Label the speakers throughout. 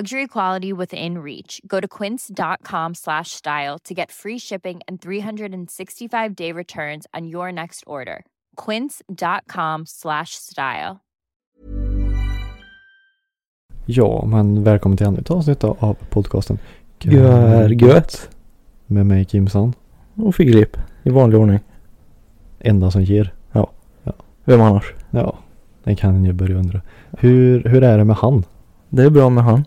Speaker 1: Luxury quality within reach. Go to quince.com slash style to get free shipping and 365 day returns on your next order. Quince.com slash style.
Speaker 2: Ja, men välkommen till ännu ett avsnitt då av podcasten
Speaker 3: Görgött.
Speaker 2: Med mig Kimsan,
Speaker 3: Och Filip. I vanlig ordning.
Speaker 2: enda som ger.
Speaker 3: Vem annars?
Speaker 2: Ja, det kan en ju börja undra. Hur, hur är det med han?
Speaker 3: Det är bra med han.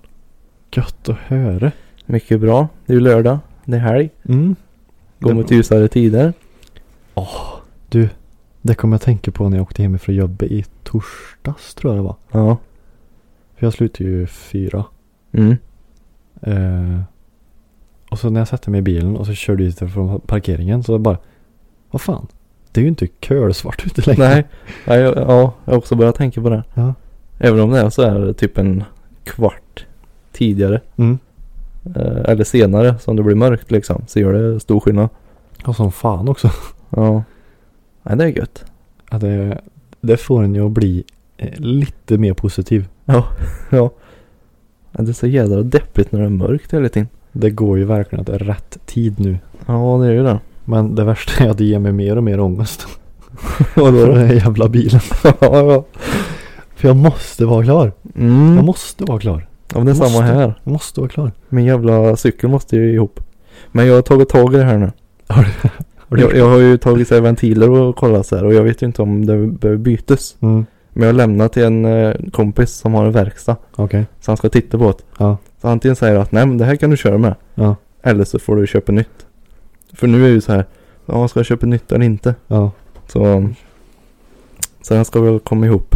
Speaker 2: Gött att höra.
Speaker 3: Mycket bra. Det är ju lördag. Det är helg.
Speaker 2: Mm.
Speaker 3: Går
Speaker 2: Det-
Speaker 3: mot ljusare tider.
Speaker 2: Du, det kom jag tänka på när jag åkte hemifrån jobbet i torsdags tror jag det var.
Speaker 3: Ja.
Speaker 2: För jag slutade ju fyra.
Speaker 3: Mm.
Speaker 2: Eh, och så när jag satte mig i bilen och så körde jag ut från parkeringen så bara, vad fan, det är ju inte kölsvart ute längre.
Speaker 3: Nej. Ja, jag, ja, jag har också börjat tänka på det.
Speaker 2: Ja.
Speaker 3: Även om det är så här typ en kvart tidigare.
Speaker 2: Mm.
Speaker 3: eh, Eller senare som det blir mörkt liksom. Så gör det stor skillnad.
Speaker 2: Och som fan också.
Speaker 3: Ja. Nej det är gött.
Speaker 2: Ja, det, det får en ju att bli eh, lite mer positiv.
Speaker 3: Ja, Det är så jädra deppigt när det är mörkt hela tiden.
Speaker 2: Det går ju verkligen att rätt tid nu.
Speaker 3: Ja det är ju det.
Speaker 2: Men det värsta är att det ger mig mer och mer ångest. Vadå? För den här jävla bilen.
Speaker 3: ja ja.
Speaker 2: För jag måste vara klar.
Speaker 3: Mm.
Speaker 2: Jag måste vara klar.
Speaker 3: ja men det är samma
Speaker 2: måste.
Speaker 3: här.
Speaker 2: Jag måste vara klar.
Speaker 3: Min jävla cykel måste ju ihop. Men jag har tagit tag i det här nu.
Speaker 2: Har du, har du
Speaker 3: Jag, jag har ju tagit så här, ventiler och kollat så här och jag vet ju inte om det behöver bytas.
Speaker 2: Mm.
Speaker 3: Men jag har lämnat till en eh, kompis som har en verkstad.
Speaker 2: Okej.
Speaker 3: Så han ska titta på det.
Speaker 2: Ja.
Speaker 3: Så antingen säger han att nej men det här kan du köra med.
Speaker 2: Ja.
Speaker 3: Eller så får du köpa nytt. För nu är det ju så här. Ja ska jag köpa nytt eller inte?
Speaker 2: Ja.
Speaker 3: Så. Så den ska väl komma ihop.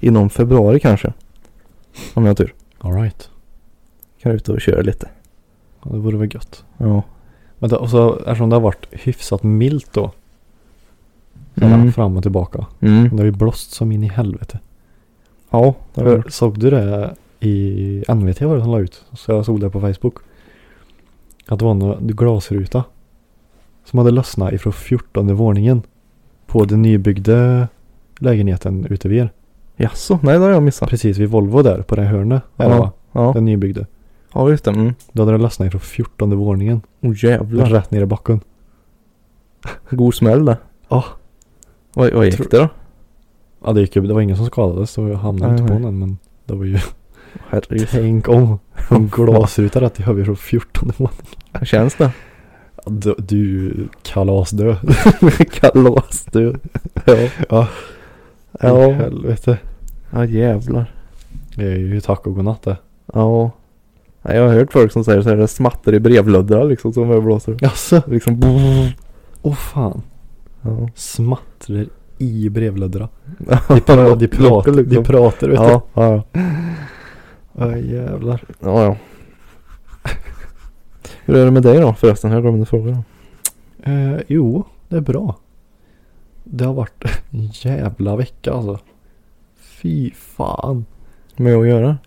Speaker 3: Inom februari kanske. Om jag har tur.
Speaker 2: Alright.
Speaker 3: Kan ut och köra lite.
Speaker 2: Ja, det vore väl gött.
Speaker 3: Ja.
Speaker 2: Men det, och så, eftersom det har varit hyfsat milt då.
Speaker 3: Mm.
Speaker 2: Fram och tillbaka.
Speaker 3: Mm.
Speaker 2: Det har ju blåst som in i helvete.
Speaker 3: Ja. det har jag hört.
Speaker 2: Såg du det i NVT var det som la ut? Så jag såg det på Facebook. Att det var en glasruta. Som hade lossnat ifrån 14 våningen. På den nybyggda lägenheten ute vid er.
Speaker 3: Jaså? Nej det har jag missat.
Speaker 2: Precis vid Volvo där på det här hörnet. Där det var.
Speaker 3: Ja.
Speaker 2: Den nybyggda.
Speaker 3: Ja just det. Mm.
Speaker 2: Då hade den lossnat ifrån 14 våningen.
Speaker 3: Oh jävlar.
Speaker 2: Rätt ner i backen.
Speaker 3: God smäll där.
Speaker 2: Ja.
Speaker 3: Vad, vad gick
Speaker 2: Tror-
Speaker 3: det då?
Speaker 2: Ja det gick ju. Det var ingen som skadades. Så jag hamnade
Speaker 3: Nej,
Speaker 2: inte på
Speaker 3: nej.
Speaker 2: någon. Men det var ju.
Speaker 3: Herregud.
Speaker 2: Tänk om. En glasruta rätt i huvudet från 14 våningen.
Speaker 3: Känns det?
Speaker 2: Ja, Du, du kalasdö.
Speaker 3: Kalas du. Ja.
Speaker 2: Ja. I
Speaker 3: Ja.
Speaker 2: Helvete.
Speaker 3: Ja jävlar.
Speaker 2: Det är ju tack och godnatt det.
Speaker 3: Ja. Nej, Jag har hört folk som säger så här, det smattar i brevlödra liksom som jag blåser.
Speaker 2: Jaså?
Speaker 3: Liksom boom.
Speaker 2: Åh fan.
Speaker 3: Ja.
Speaker 2: Smattrar i brevlödra.
Speaker 3: De
Speaker 2: Ja, de pratar, de
Speaker 3: liksom.
Speaker 2: pratar vet
Speaker 3: Ja, ja,
Speaker 2: du. Ja jävlar.
Speaker 3: ja, ja. Hur är det med dig då förresten? Jag glömde fråga.
Speaker 2: Eh, jo, det är bra. Det har varit en jävla vecka alltså. Fy fan.
Speaker 3: Med att göra?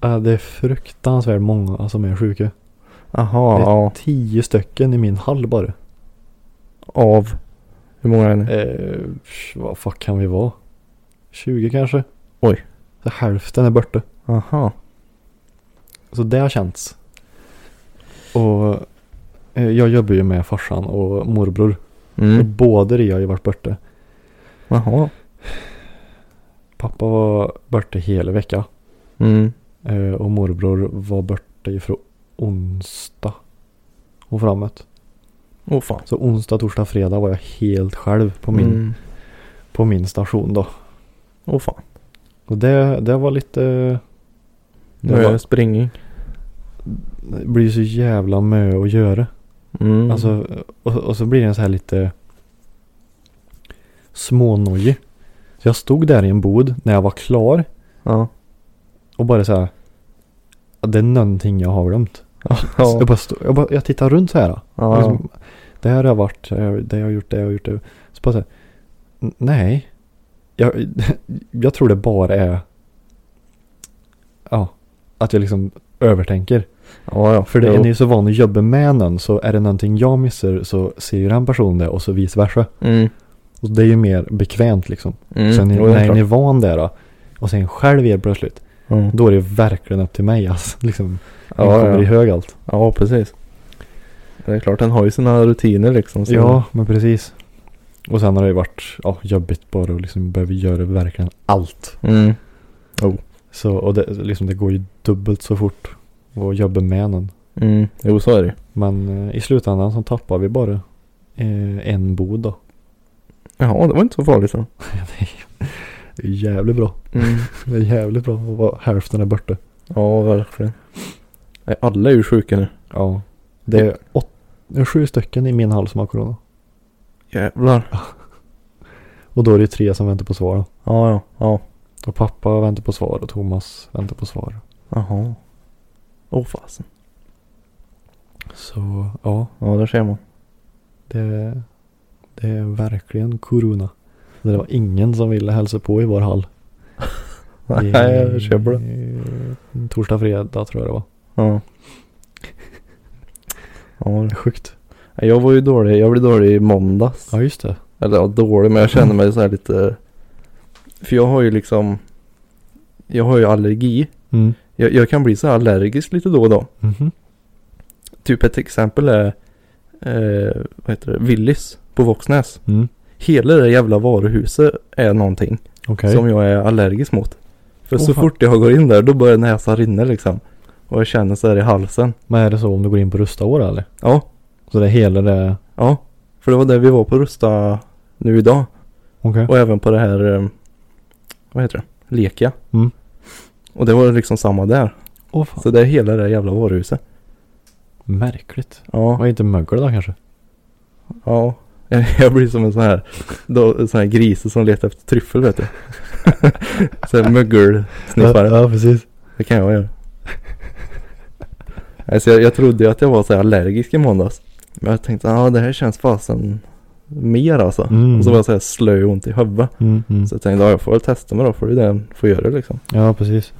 Speaker 2: Eh, det är fruktansvärt många som är sjuka.
Speaker 3: Aha,
Speaker 2: det är
Speaker 3: ja.
Speaker 2: tio stycken i min hall bara.
Speaker 3: Av. Hur många är ni?
Speaker 2: Eh, pff, vad fuck kan vi vara? 20 kanske?
Speaker 3: Oj.
Speaker 2: Så hälften är borta.
Speaker 3: Aha.
Speaker 2: Så det har känts. Och eh, jag jobbar ju med farsan och morbror. Och
Speaker 3: Mm.
Speaker 2: båda de har ju varit borta.
Speaker 3: Jaha.
Speaker 2: Pappa var borta hela veckan.
Speaker 3: Mm.
Speaker 2: eh, Och morbror var borta ifrån onsdag och framåt.
Speaker 3: Åh fan.
Speaker 2: Så onsdag, torsdag, fredag var jag helt själv på min,
Speaker 3: Mm.
Speaker 2: på min station då.
Speaker 3: Åh fan.
Speaker 2: Och det, det var lite...
Speaker 3: Nu är det springing.
Speaker 2: Det blir ju så jävla mö att göra.
Speaker 3: Mm.
Speaker 2: Alltså, och, och så blir den så här lite smånojig. Så jag stod där i en bod när jag var klar
Speaker 3: Ja.
Speaker 2: och bara så här. "Ja, Det är någonting jag har glömt.
Speaker 3: Ja.
Speaker 2: Så Jag, bara stod, jag, bara, jag tittade runt så här.
Speaker 3: Ja.
Speaker 2: Liksom, Det här har jag varit, det här- det jag har gjort, det jag har gjort. Det. Så bara så här, "N- nej. Jag, jag tror det bara är ja, att jag liksom övertänker.
Speaker 3: Ja, ja.
Speaker 2: För det,
Speaker 3: Jo.
Speaker 2: är ni så van att jobba med någon så är det någonting jag missar så ser ju den personen det och så vice versa.
Speaker 3: Mm.
Speaker 2: Och det är ju mer bekvämt liksom.
Speaker 3: Mm.
Speaker 2: sen
Speaker 3: Jo, det är
Speaker 2: när
Speaker 3: klart.
Speaker 2: ni är van där då, och sen själv helt plötsligt,
Speaker 3: Mm.
Speaker 2: då är det verkligen upp till mig alltså. Liksom, ja,
Speaker 3: Ja,
Speaker 2: kommer
Speaker 3: ja.
Speaker 2: i hög allt.
Speaker 3: ja, precis. Det är klart, den har ju sina rutiner liksom. så-
Speaker 2: Ja, men precis. Och sen har det ju varit ja, jobbigt bara och liksom behöver göra verkligen allt.
Speaker 3: Mm.
Speaker 2: Så, och det, liksom, det går ju dubbelt så fort att jobba med någon.
Speaker 3: Mm. Jo, så är det ju.
Speaker 2: Men eh, i slutändan så tappar vi bara eh, en bod då.
Speaker 3: Jaha, det var inte så farligt då.
Speaker 2: Det är jävligt bra.
Speaker 3: Mm.
Speaker 2: Det är jävligt bra att vara hälften är borta.
Speaker 3: Ja, verkligen. Nej, alla är ju sjuka nu.
Speaker 2: Ja. Det är åt, det är sju stycken i min hals som har corona.
Speaker 3: Jävlar.
Speaker 2: Och då är det tre som väntar på svar. då.
Speaker 3: Ja, ja, ja.
Speaker 2: Och pappa väntar på svar och Thomas väntar på svar.
Speaker 3: Jaha. Åh fasen.
Speaker 2: Så ja,
Speaker 3: Ja, där ser man.
Speaker 2: det, det är verkligen corona. Det var ingen som ville hälsa på i vår hall.
Speaker 3: Nej,
Speaker 2: I-
Speaker 3: jag köper det.
Speaker 2: i Torsdag, fredag tror jag det var.
Speaker 3: Ja. Ja,
Speaker 2: Det är sjukt.
Speaker 3: Nej, jag var ju dålig. Jag blev dålig i måndags.
Speaker 2: Ja just det.
Speaker 3: Eller ja, dålig, men jag känner mig så här lite. För jag har ju liksom. Jag har ju allergi.
Speaker 2: Mm.
Speaker 3: Jag, jag kan bli så här allergisk lite då och då.
Speaker 2: Mhm.
Speaker 3: Typ ett exempel är. Eh, vad heter det? Willys på Våxnäs.
Speaker 2: Mm.
Speaker 3: Hela det jävla varuhuset är någonting
Speaker 2: Okej.
Speaker 3: som jag är allergisk mot. För
Speaker 2: Åh,
Speaker 3: så
Speaker 2: fan.
Speaker 3: fort jag går in där då börjar näsan rinna liksom. Och jag känner så här i halsen.
Speaker 2: Men är det så om du går in på Rustaåra eller?
Speaker 3: Ja,
Speaker 2: Så det är hela det.
Speaker 3: Ja, för det var där vi var på Rusta nu idag.
Speaker 2: Okej.
Speaker 3: Och även på det här, eh, vad heter det, Lekia.
Speaker 2: Mm.
Speaker 3: Och det var liksom samma där.
Speaker 2: Åh fan.
Speaker 3: Så det är hela det här jävla varuhuset.
Speaker 2: Märkligt.
Speaker 3: Ja,
Speaker 2: Var inte mögel då kanske?
Speaker 3: ja. Jag blir som en sån här, då, en sån här grise som letar efter tryffel vet du. så här mögelsniffare.
Speaker 2: Ja, ja precis.
Speaker 3: Det kan jag göra. Alltså jag, jag trodde ju att jag var så här allergisk i måndags. Men jag tänkte, ja ah, det här känns fasen mer alltså.
Speaker 2: Mm.
Speaker 3: Och så var jag så här slö och ont i huvudet.
Speaker 2: Mm, mm.
Speaker 3: Så jag tänkte, ja, jag får väl testa mig då, för det är det jag får göra liksom.
Speaker 2: Ja precis.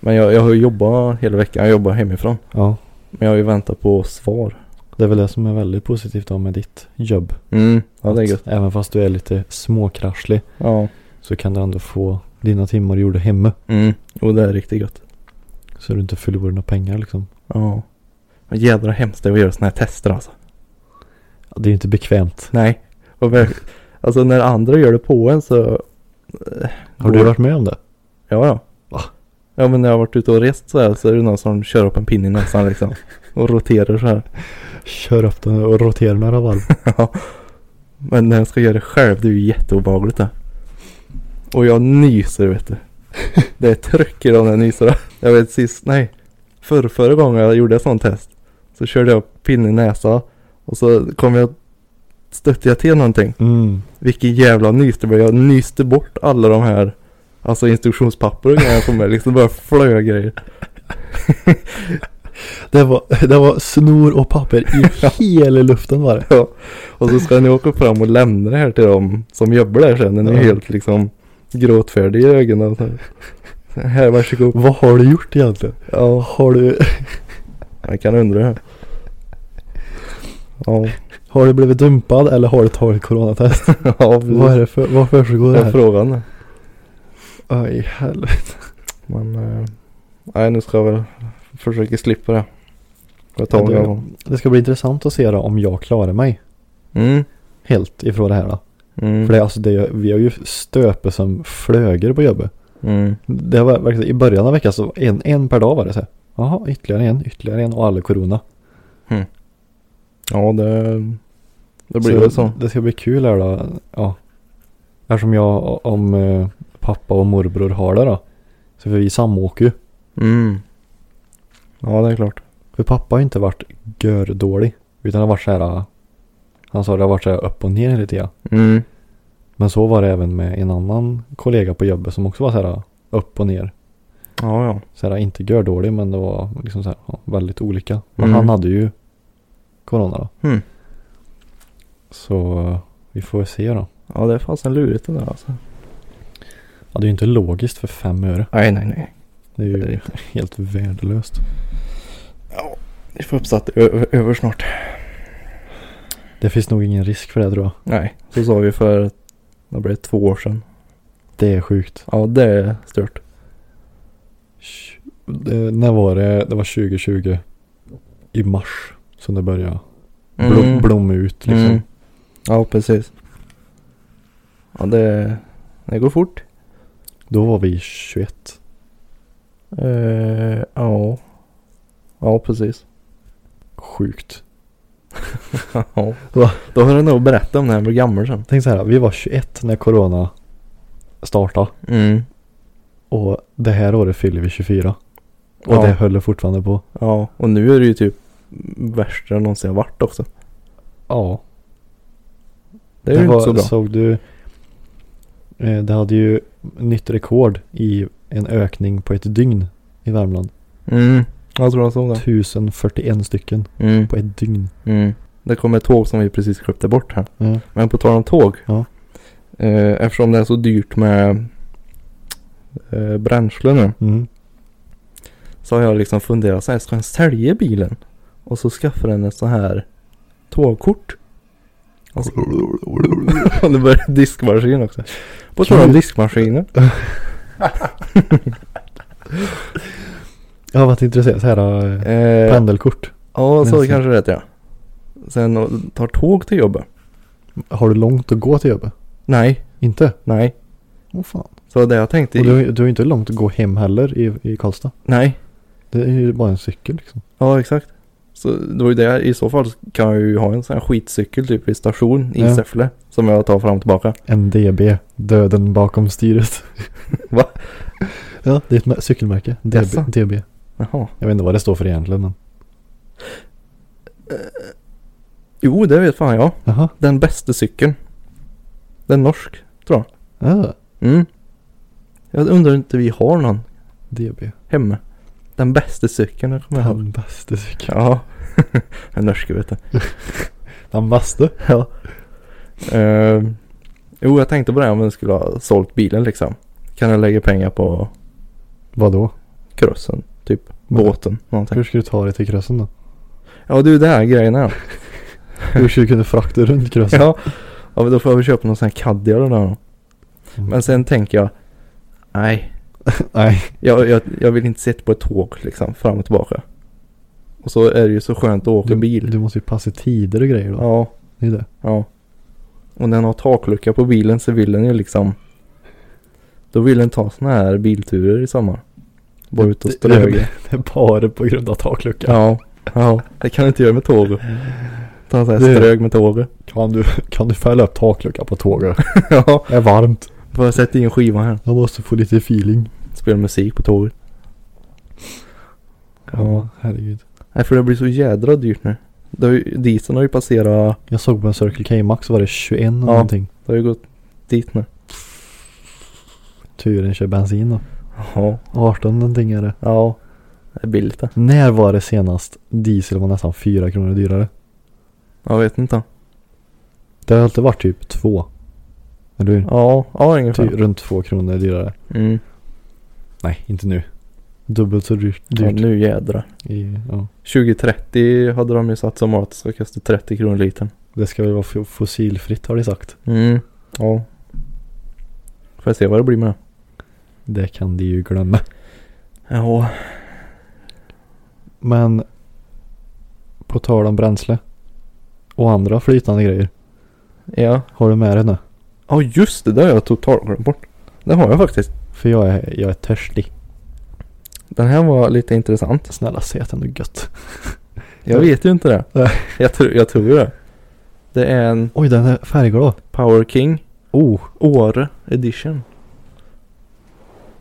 Speaker 3: Men jag, jag har ju jobbat hela veckan, jag jobbar hemifrån.
Speaker 2: Ja.
Speaker 3: Men jag har ju väntat på svar.
Speaker 2: Det är väl det som är väldigt positivt då med ditt jobb.
Speaker 3: Mm, ja det är
Speaker 2: Att
Speaker 3: gött.
Speaker 2: Även fast du är lite småkrasslig
Speaker 3: Ja,
Speaker 2: så kan du ändå få dina timmar gjorda hemma.
Speaker 3: mm, och det är riktigt gött.
Speaker 2: Så du inte förlorar några pengar liksom.
Speaker 3: Ja. Men jädra hemskt det är att göra sådana här tester alltså.
Speaker 2: Ja, Det är ju inte bekvämt.
Speaker 3: Nej. Och verk- alltså när andra gör det på en så,
Speaker 2: Har du
Speaker 3: Går-
Speaker 2: varit med om det?
Speaker 3: ja ja.
Speaker 2: Va?
Speaker 3: Ja men när jag har varit ute och rest så här så är det någon som kör upp en pinne i näsan liksom. Och roterar så här.
Speaker 2: Kör upp den och rotera några varv.
Speaker 3: Men när jag ska göra det själv, det är ju jätteobehagligt det. Och jag nyser vet du. Det är tryck i de där nyserna. Jag vet sist, nej. För, förra gången jag gjorde ett sånt test. Så körde jag pinne i näsa. Och så kom jag, stötte jag till någonting.
Speaker 2: Mm.
Speaker 3: Vilken jävla nys det blev. Jag nyste bort alla de här, alltså instruktionspapper och grejer på mig. Liksom bara flög grejer.
Speaker 2: Det, var, det var snor och papper i hela luften var det.
Speaker 3: Och så ska ni åka fram och lämna det här till dem som jobbar där sen. Den är
Speaker 2: Ja.
Speaker 3: helt liksom gråtfärdig i ögonen. och så här. Så Här, varsågod.
Speaker 2: Vad har du gjort egentligen?
Speaker 3: Ja,
Speaker 2: Har du,
Speaker 3: jag kan undra här. Ja,
Speaker 2: har du blivit dumpad eller har du tagit coronatest?
Speaker 3: ja
Speaker 2: Vad är
Speaker 3: precis.
Speaker 2: det för, vad försiggår
Speaker 3: Det
Speaker 2: det
Speaker 3: är
Speaker 2: här?
Speaker 3: frågan.
Speaker 2: Aj helvete.
Speaker 3: Men, eh, nej nu ska jag väl försöka slippa det. Jag tar
Speaker 2: Ja,
Speaker 3: mig
Speaker 2: du-
Speaker 3: av.
Speaker 2: Det ska bli intressant att se då om jag klarar mig
Speaker 3: Mm.
Speaker 2: helt ifrån det här då.
Speaker 3: Mm.
Speaker 2: För det, är alltså det, vi har ju stöpe som flöger på jobbet.
Speaker 3: Mm.
Speaker 2: Det var verkligen, i början av veckan så en, en per dag var det så här. Jaha, ytterligare en, ytterligare en och alla corona.
Speaker 3: Ja, det, det blir väl så.
Speaker 2: Det ska bli kul här då. Ja. Eftersom jag, om eh, pappa och morbror har det då. Så för vi samåker ju.
Speaker 3: Mm. Ja, det är klart.
Speaker 2: För pappa har inte varit gördålig. Utan har varit så här. ah, Han sa det har varit så här upp och ner lite grann.
Speaker 3: Mm.
Speaker 2: Men så var det även med en annan kollega på jobbet som också var så här ah, upp och ner.
Speaker 3: Ja, ja.
Speaker 2: så här, ah, inte gördålig men det var ah, liksom så här, ja, väldigt olika. Men
Speaker 3: Mm.
Speaker 2: han hade ju corona då.
Speaker 3: Mm.
Speaker 2: Så eh, vi får se då.
Speaker 3: Ja det är fasen lurigt det där alltså.
Speaker 2: Ja, det är ju inte logiskt för fem öre.
Speaker 3: Nej nej nej.
Speaker 2: Det är
Speaker 3: Det är det
Speaker 2: ju
Speaker 3: inte.
Speaker 2: helt värdelöst.
Speaker 3: Ja, vi får uppsatt ö- över snart.
Speaker 2: Det finns nog ingen risk för det tror jag.
Speaker 3: Nej, så sa vi för, det blev det, två år sedan.
Speaker 2: Det är sjukt.
Speaker 3: Ja det är stört.
Speaker 2: Tj- Det, när var det? Det var 2020 i mars som det började blom, blomma ut liksom.
Speaker 3: Mm. Ja precis. Ja det, det går fort.
Speaker 2: Då var vi 21.
Speaker 3: Eh, ja. Ja precis.
Speaker 2: Sjukt.
Speaker 3: ja. Då har du nog berättat om när jag blev gammal sen.
Speaker 2: Tänk så här, vi var 21 när corona startade
Speaker 3: Mm.
Speaker 2: och det här året fyller vi 24. Och
Speaker 3: Ja.
Speaker 2: det höll fortfarande på.
Speaker 3: Ja, och nu är det ju typ värsta jag någonsin har varit också.
Speaker 2: Ja.
Speaker 3: Det är ju
Speaker 2: var,
Speaker 3: inte så bra.
Speaker 2: Såg du? eh, Det hade ju nytt rekord i en ökning på ett dygn i Värmland.
Speaker 3: Mm. Jag tror jag såg det.
Speaker 2: 1041 stycken
Speaker 3: Mm.
Speaker 2: på ett dygn.
Speaker 3: Mm. Det kom ett tåg som vi precis klippte bort här. Men på tal om tåg.
Speaker 2: Ja.
Speaker 3: Eh, eftersom det är så dyrt med eh, bränsle nu.
Speaker 2: Mm.
Speaker 3: Så har jag liksom funderat så här. Ska jag sälja bilen? Och så skaffar den ett så här tågkort. Och så- Och det börjar diskmaskin också. På tal om
Speaker 2: Kul.
Speaker 3: diskmaskiner.
Speaker 2: Jag har varit intresserad. Så här, eh,
Speaker 3: Eh,
Speaker 2: pendelkort.
Speaker 3: ja, så
Speaker 2: Alltså.
Speaker 3: kanske det heter ja. Sen och tar tåg till jobbet.
Speaker 2: Har du långt att gå till jobbet?
Speaker 3: Nej,
Speaker 2: Inte?
Speaker 3: nej.
Speaker 2: Åh fan.
Speaker 3: Så det jag tänkte.
Speaker 2: Och du, har- du har inte långt att gå hem heller i, i Karlstad.
Speaker 3: Nej,
Speaker 2: Det är ju bara en cykel liksom.
Speaker 3: ja exakt. Så det var ju det. I så fall kan jag ju ha en sån här skitcykel typ i station i
Speaker 2: Ja.
Speaker 3: Säffle. Som jag tar fram och tillbaka.
Speaker 2: MDB, döden bakom styret.
Speaker 3: Va?
Speaker 2: Ja, det är ett mä- cykelmärke.
Speaker 3: Jaså?
Speaker 2: DB, DB.
Speaker 3: Jaha.
Speaker 2: Jag vet inte vad det står för egentligen men.
Speaker 3: Jo, det vet fan jag.
Speaker 2: Jaha.
Speaker 3: Den bästa cykeln. Den norsk.
Speaker 2: Ah,
Speaker 3: Mm. Jag undrar inte vi har någon
Speaker 2: DB.
Speaker 3: hemma. Den bästa cykeln jag kommer ihåg.
Speaker 2: Den bästa cykeln.
Speaker 3: Ja. Den norska vet du.
Speaker 2: Den bästa?
Speaker 3: Ja. Eh, jo, jag tänkte på det om vi skulle ha sålt bilen liksom. Kan jag lägga pengar på
Speaker 2: Vadå?
Speaker 3: krossen, typ
Speaker 2: Men-
Speaker 3: båten, någonting.
Speaker 2: Hur ska du ta dig till krösen då?
Speaker 3: Ja, du, det här grejen är.
Speaker 2: Hur ska du kunna frakta runt krösen?
Speaker 3: ja. ja, men då får jag väl köpa någon sån här Caddy eller något.
Speaker 2: Mm.
Speaker 3: Men sen tänker jag, nej,
Speaker 2: Nej.
Speaker 3: jag, jag, jag vill inte sitta på ett tåg liksom fram och tillbaka. Och så är det ju så skönt att åka
Speaker 2: Du,
Speaker 3: bil.
Speaker 2: du måste ju passa tider och grejer då.
Speaker 3: Ja,
Speaker 2: Det är det.
Speaker 3: ja. Och när den har taklucka på bilen så vill den ju liksom, då vill den ta såna här bilturer i sommar. Bara ut och
Speaker 2: Det- det- det-
Speaker 3: ströga.
Speaker 2: Det är bara på grund av takluckan.
Speaker 3: Ja, ja. Det kan du inte göra med tåg. Ta en sån här
Speaker 2: Det-
Speaker 3: strög med tåg.
Speaker 2: Kan, du, kan du fälla upp takluckan på tåget?
Speaker 3: ja,
Speaker 2: Det är varmt.
Speaker 3: får jag sätta in skivan här.
Speaker 2: Jag måste få lite feeling.
Speaker 3: Spela musik på tåget. Ja.
Speaker 2: herregud.
Speaker 3: Nej, för det blir så jädra dyrt nu. Det har ju, dieseln har ju passerat,
Speaker 2: Jag såg på en Circle K Max var det 21 eller
Speaker 3: Ja.
Speaker 2: någonting.
Speaker 3: det har ju gått dit nu.
Speaker 2: Turen kör bensin då.
Speaker 3: Ja,
Speaker 2: 18 någonting är det.
Speaker 3: ja. Det är billigt det.
Speaker 2: När var det senast diesel var nästan 4 kronor dyrare?
Speaker 3: Jag vet inte.
Speaker 2: Det har alltid varit typ 2. Eller hur?
Speaker 3: Ja, typ. ja ungefär.
Speaker 2: Ty, runt 2 kronor dyrare.
Speaker 3: Mm.
Speaker 2: Nej, inte nu. Dubbelt så dyrt.
Speaker 3: Ja,
Speaker 2: dyrt.
Speaker 3: nu jädra.
Speaker 2: I, ja.
Speaker 3: 2030 hade de ju satt som mat så kostar 30 kronor litern.
Speaker 2: Det ska väl vara fo- fossilfritt har de sagt.
Speaker 3: Mm. Ja. Får jag se vad det blir med det.
Speaker 2: Det kan de ju glömma.
Speaker 3: Ja.
Speaker 2: Men på tal om bränsle och andra flytande grejer.
Speaker 3: Ja.
Speaker 2: Har du med dig nu?
Speaker 3: Ja just det, det har jag totalt glömt bort. Det har jag faktiskt.
Speaker 2: För jag är, jag är törstig.
Speaker 3: Den här var lite intressant.
Speaker 2: Snälla säg att det är något gött.
Speaker 3: Jag vet ju inte det.
Speaker 2: Nej.
Speaker 3: Jag, tror, jag tror ju det. Det är en
Speaker 2: Oj, den är färgglad.
Speaker 3: Power King
Speaker 2: Oh.
Speaker 3: Åre edition.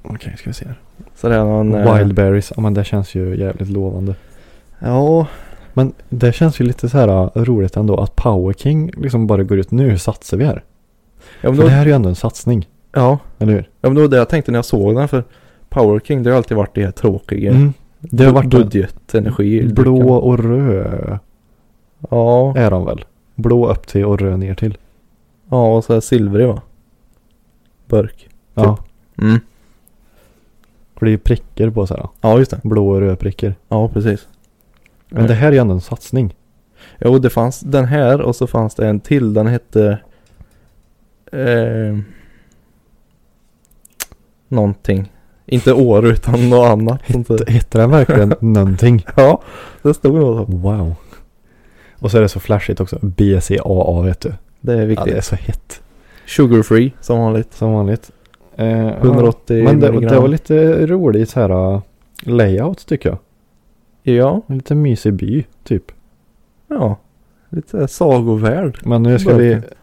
Speaker 2: Okej, ska vi se här.
Speaker 3: Så det är någon... eh,
Speaker 2: Wildberries, ja men det känns ju jävligt lovande.
Speaker 3: Ja.
Speaker 2: Men det känns ju lite så här äh, roligt ändå att Power King liksom bara går ut nu satsar vi här.
Speaker 3: Ja men,
Speaker 2: För
Speaker 3: då,
Speaker 2: det här är ju ändå en satsning,
Speaker 3: ja.
Speaker 2: eller hur?
Speaker 3: ja men då var det jag tänkte när jag såg den för Power King det har ju alltid varit det här tråkiga.
Speaker 2: Mm. Det har varit
Speaker 3: Budgetenergi. i
Speaker 2: blå
Speaker 3: drycken.
Speaker 2: och röd
Speaker 3: Ja.
Speaker 2: är de väl? Blå upp till och röd ner till.
Speaker 3: Ja, och så här silvrig va? Burk.
Speaker 2: Ja.
Speaker 3: Mm.
Speaker 2: För det är prickar på så här. eh,
Speaker 3: Ja, just det.
Speaker 2: Blå och röd prickar.
Speaker 3: Ja, precis.
Speaker 2: Men det här är ju ändå en satsning.
Speaker 3: Jo, det fanns den här och så fanns det en till. Den hette... Eh, någonting. Inte år utan något annat. Sånt där.
Speaker 2: Det Heter den verkligen någonting?
Speaker 3: Ja, det stod något om.
Speaker 2: Wow. Och så är det så flashigt också. BCAA vet du.
Speaker 3: Det
Speaker 2: Ja,
Speaker 3: är
Speaker 2: det är
Speaker 3: viktigt.
Speaker 2: så hett.
Speaker 3: Sugar free som vanligt.
Speaker 2: Som vanligt. Eh, ja.
Speaker 3: 180
Speaker 2: Men det,
Speaker 3: milligram.
Speaker 2: det var lite roligt så här uh, layout tycker jag.
Speaker 3: Ja,
Speaker 2: En lite mysig by typ.
Speaker 3: ja. Lite så här sagovärld.
Speaker 2: Men nu ska vi
Speaker 3: Verkligen.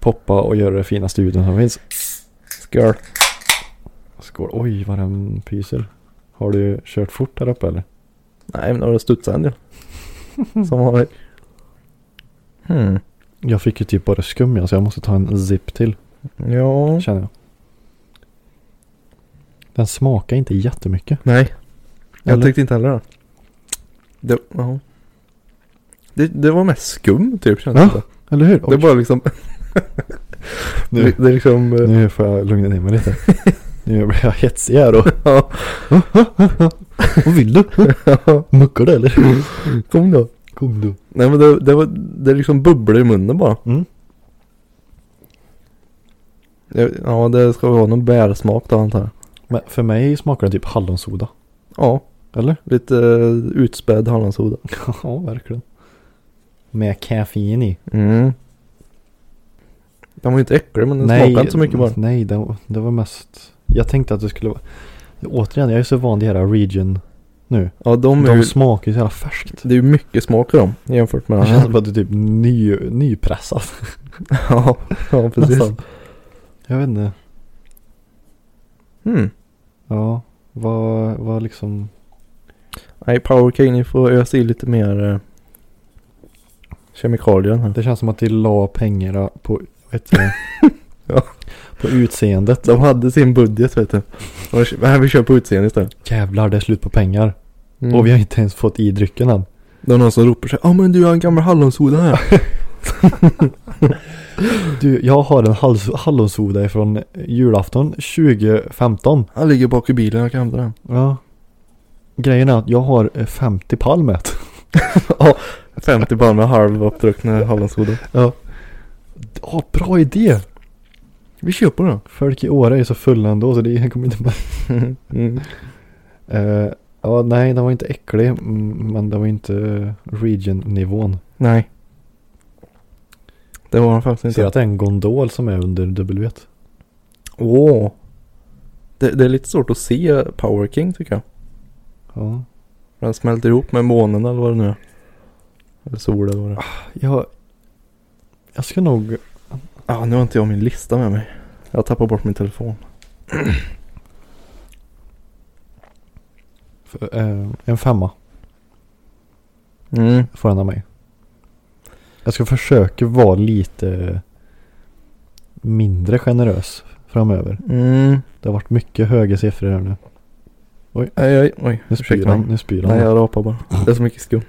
Speaker 2: poppa och göra det finaste ljudet som finns.
Speaker 3: Skål.
Speaker 2: Skål. Oj vad den pyser. Har du kört fort här uppe eller?
Speaker 3: Nej, men då har det studsat en del. Som vanligt. Hmm.
Speaker 2: Jag fick ju typ bara skum ja, så jag måste ta en zip till.
Speaker 3: Ja.
Speaker 2: Känner jag. Den smakar inte jättemycket.
Speaker 3: Nej. Jag
Speaker 2: Eller?
Speaker 3: tyckte inte heller det. Det, ja. det, det var mest skum typ kändes
Speaker 2: Ja,
Speaker 3: det.
Speaker 2: Eller hur?
Speaker 3: Det var liksom, det,
Speaker 2: nu,
Speaker 3: det är liksom, eh,
Speaker 2: nu får jag lugna ner mig lite. nu blir jag hetsig här och...
Speaker 3: ja.
Speaker 2: Vad vill du? Muckar du eller?
Speaker 3: Kom då.
Speaker 2: Kom du.
Speaker 3: Nej men det, det var, det liksom bubblar i munnen bara.
Speaker 2: Mm.
Speaker 3: Det- Ja det ska vara någon bärsmak då antar jag.
Speaker 2: Men för mig smakar den typ hallonsoda.
Speaker 3: Ja,
Speaker 2: Eller?
Speaker 3: lite eh, utspädd hallonsoda.
Speaker 2: Ja, verkligen. Med koffein i.
Speaker 3: Mm. Den var ju inte äcklig men den smakade inte så mycket bara.
Speaker 2: Nej, det, det var mest... Jag tänkte att det skulle vara... Återigen, jag är så van vid det här region nu.
Speaker 3: Ja de,
Speaker 2: De,
Speaker 3: är ju,
Speaker 2: smakar ju så jävla färskt.
Speaker 3: det är ju mycket smak i dem jämfört med
Speaker 2: Det
Speaker 3: den
Speaker 2: känns
Speaker 3: här.
Speaker 2: som att det är typ ny, nypressat.
Speaker 3: ja, ja precis.
Speaker 2: Nästan. Jag vet inte.
Speaker 3: Mm.
Speaker 2: Ja, vad, vad liksom...
Speaker 3: Nej, Power kan ni får ösa i lite mer eh, kemikalier här.
Speaker 2: Det känns som att de la pengarna på... Vad heter det?
Speaker 3: Ja.
Speaker 2: På utseendet.
Speaker 3: De hade sin budget vet du. Och de kö- här vi kör på utseende istället.
Speaker 2: Jävlar, det är slut på pengar. Och vi
Speaker 3: Mm.
Speaker 2: har inte ens fått i drycken än.
Speaker 3: Det var någon som ropade sig. Ja men du har en gammal hallonsoda här.
Speaker 2: Du, jag har en hals, hallonsoda från julafton 2015.
Speaker 3: Han ligger bak i bilen, jag kan hämta den.
Speaker 2: Ja. Grejen är att jag har eh, 50 pall med.
Speaker 3: 50 barn med halv uppdruckna hallonsoda.
Speaker 2: Ja, bra idé!
Speaker 3: Vi köper den.
Speaker 2: Folk i Åre är så fulla ändå så det kommer inte...
Speaker 3: mm.
Speaker 2: Eh, ja, nej, den var inte äcklig. mm, Men det var inte eh, region-nivån.
Speaker 3: Nej. Det var den faktiskt
Speaker 2: Ser
Speaker 3: inte.
Speaker 2: att det är en gondol som är under W.
Speaker 3: Åh. Det, det är lite svårt att se Power King tycker jag.
Speaker 2: Ja.
Speaker 3: Den smälter ihop med månen eller vad det nu är. Eller sol eller vad det är.
Speaker 2: Jag, jag ska nog...
Speaker 3: Ah, nu har inte jag min lista med mig. Jag tappar bort min telefon.
Speaker 2: För, eh, en femma
Speaker 3: Mm.
Speaker 2: får den av mig. Jag ska försöka vara lite mindre generös framöver.
Speaker 3: Mm.
Speaker 2: Det har varit mycket höga siffror här nu.
Speaker 3: Aj, aj, oj.
Speaker 2: Nu spyr han. Nu spyr
Speaker 3: Nej,
Speaker 2: han.
Speaker 3: jag rapar bara. Det är så mycket skum.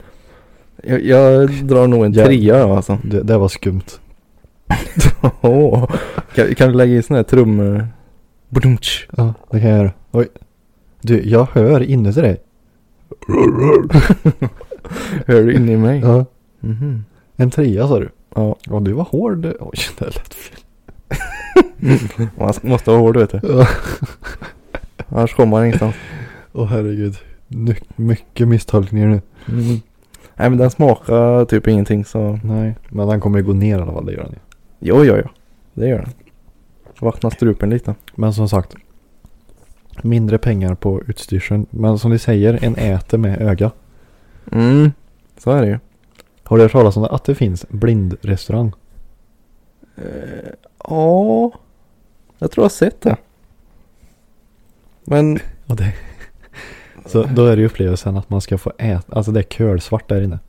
Speaker 3: Jag, jag drar nog en
Speaker 2: Ja.
Speaker 3: trea jag alltså.
Speaker 2: Det, det var skumt.
Speaker 3: Åh. Kan, kan du lägga i sån här eh, trummor? Badumtsch.
Speaker 2: Ja, det kan jag göra. Oj. Du, jag hör inuti dig.
Speaker 3: Hör du in i mig?
Speaker 2: Ja.
Speaker 3: Mhm.
Speaker 2: En trea sa du.
Speaker 3: Ja.
Speaker 2: Ja, du var hård. Oj, det lät fel.
Speaker 3: Man måste vara hård vet du.
Speaker 2: Ja.
Speaker 3: Annars kommer man ingenstans.
Speaker 2: Åh herregud. Nu, mycket misstolkningar nu.
Speaker 3: Mm. Nej men den smakar typ ingenting så.
Speaker 2: Nej. Men han kommer ju gå ner i alla fall, det gör han ju.
Speaker 3: Jo, jo, jo. Det gör den. Vattna strupen lite.
Speaker 2: Men som sagt. Mindre pengar på utstyrseln. Men som ni säger, en äter med öga.
Speaker 3: Mm. Så är det ju.
Speaker 2: Har du hört talas om att det finns blindrestaurang?
Speaker 3: Eh, Ja, jag tror jag har sett det. Men
Speaker 2: Och det... Så då är det ju upplevelsen att man ska få äta, alltså det är kölsvart där inne.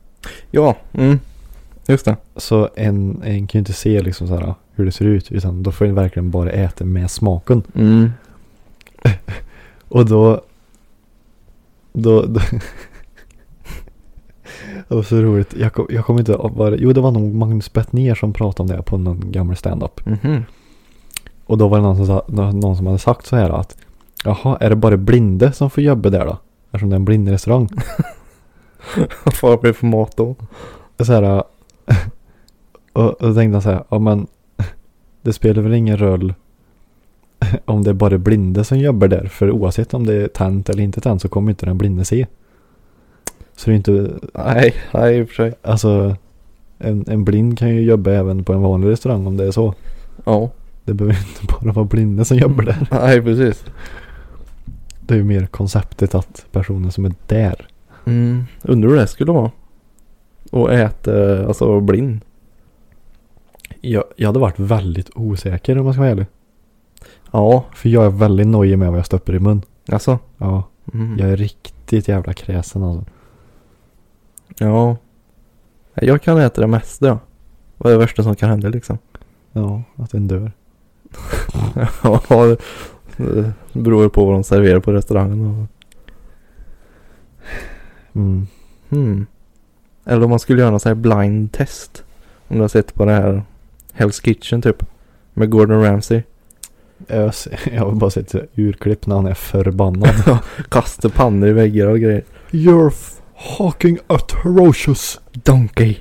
Speaker 3: ja, mm, just det.
Speaker 2: Så en, en kan ju inte se liksom så här hur det ser ut utan då får en verkligen bara äta med smaken.
Speaker 3: Mm.
Speaker 2: Och då... Då... då Det var så roligt. Jag, kom, jag kommer inte ihåg vad det- Jo, det var nog Magnus Bettner som pratade om det på någon gammal standup.
Speaker 3: Mhm.
Speaker 2: Och då var det någon som, sa, nå- någon som hade sagt så här att Jaha, är det bara blinde som får jobba där då? Eftersom det är en blindrestaurang.
Speaker 3: Vad fan blir det för mat då?
Speaker 2: Så här, och, och då tänkte han så här, ja men det spelar väl ingen roll om det är bara blinde som jobbar där. För oavsett om det är tänt eller inte tänt så kommer inte den blinde se. Så det är inte,
Speaker 3: Nej, nej i och för sig.
Speaker 2: alltså en, en blind kan ju jobba även på en vanlig restaurang om det är så.
Speaker 3: Ja,
Speaker 2: Det behöver ju inte bara vara blinda som
Speaker 3: Mm.
Speaker 2: jobbar där.
Speaker 3: nej precis.
Speaker 2: Det är ju mer konceptet att personen som är där.
Speaker 3: Mm. Undrar hur det skulle vara? Och äta, alltså blind.
Speaker 2: Jag, jag hade varit väldigt osäker om man ska vara ärlig.
Speaker 3: Ja,
Speaker 2: För jag är väldigt nojig med vad jag stoppar i mun.
Speaker 3: alltså.
Speaker 2: Ja,
Speaker 3: Mm.
Speaker 2: jag är riktigt jävla kräsen alltså.
Speaker 3: Ja. Jag kan äta det mesta. ja. Vad är det värsta som kan hända liksom?
Speaker 2: Ja, att den dör.
Speaker 3: ja, det det beror ju på vad de serverar på restaurangen. Och...
Speaker 2: Mm.
Speaker 3: Hmm. Eller om man skulle göra någon sån här blind test. Om du har sett på det här Hell's Kitchen typ. Med Gordon Ramsay.
Speaker 2: Jag, s- jag har bara sett så här urklipp när han är förbannad.
Speaker 3: Kastar pannor i väggar och grejer.
Speaker 2: You're fucking atrocious.
Speaker 3: Donkey.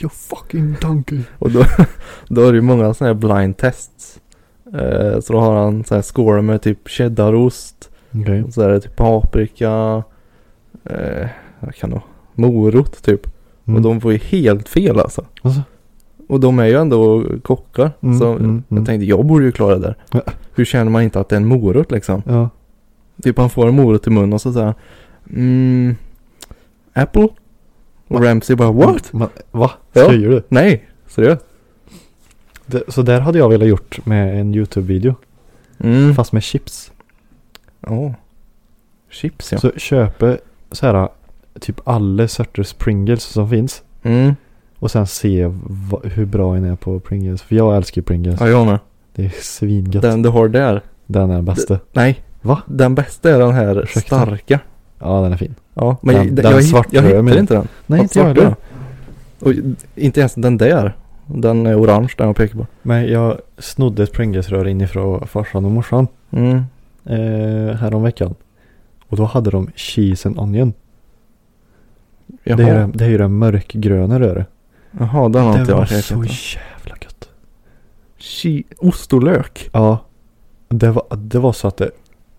Speaker 2: You fucking donkey.
Speaker 3: Och då, då är det ju många sådana här blind tests. Eh, så då har han så här scorer med typ cheddarost.
Speaker 2: Okej.
Speaker 3: Och så är det typ paprika. Eh, vad kan det vara? Morot typ. Och de får ju helt fel alltså.
Speaker 2: Mm. Alltså?
Speaker 3: Och de är ju ändå kockar.
Speaker 2: Mm,
Speaker 3: så
Speaker 2: mm,
Speaker 3: jag
Speaker 2: mm.
Speaker 3: tänkte, jag borde ju klara det där.
Speaker 2: Ja.
Speaker 3: Hur känner man inte att det är en morot liksom?
Speaker 2: Ja.
Speaker 3: Typ han får en morot i munnen och så säger han, mm, Apple? Och Ramsey bara, what?
Speaker 2: Mm. Men, va?
Speaker 3: Ja.
Speaker 2: Skojar du?
Speaker 3: Nej, seriöst?
Speaker 2: Det, så där hade jag velat gjort med en YouTube-video.
Speaker 3: Mm.
Speaker 2: Fast med chips.
Speaker 3: Ja. Chips ja.
Speaker 2: Så köper så här typ alla sorters Pringles som finns.
Speaker 3: Mm.
Speaker 2: Och sen se va, hur bra en är på Pringles. För jag älskar ju Pringles.
Speaker 3: Ja, jag med.
Speaker 2: Det är svingött. Den,
Speaker 3: Den du har där.
Speaker 2: är den bästa.
Speaker 3: Nej.
Speaker 2: Va?
Speaker 3: Den bästa är den här
Speaker 2: Ursäkta.
Speaker 3: starka.
Speaker 2: Ja, den är fin.
Speaker 3: Ja, men
Speaker 2: Den-
Speaker 3: jag,
Speaker 2: den
Speaker 3: jag, jag,
Speaker 2: svarta,
Speaker 3: hitt- jag
Speaker 2: jag
Speaker 3: hittar
Speaker 2: menar.
Speaker 3: inte den.
Speaker 2: Nej,
Speaker 3: Vad
Speaker 2: inte jag
Speaker 3: svarta
Speaker 2: heller.
Speaker 3: är. Och inte ens den där. Den är orange den jag pekar på.
Speaker 2: Men jag snodde ett Pringles-rör inifrån farsan och morsan
Speaker 3: Mm.
Speaker 2: eh, häromveckan. Och då hade de cheese and onion.
Speaker 3: Jaha.
Speaker 2: Det är, ju det- det är ju det mörkgröna röret.
Speaker 3: Jaha, den har inte
Speaker 2: det var
Speaker 3: jag
Speaker 2: så
Speaker 3: käkat.
Speaker 2: jävla gött.
Speaker 3: Chi- Ost och lök.
Speaker 2: Ja. Det var, det var så att det,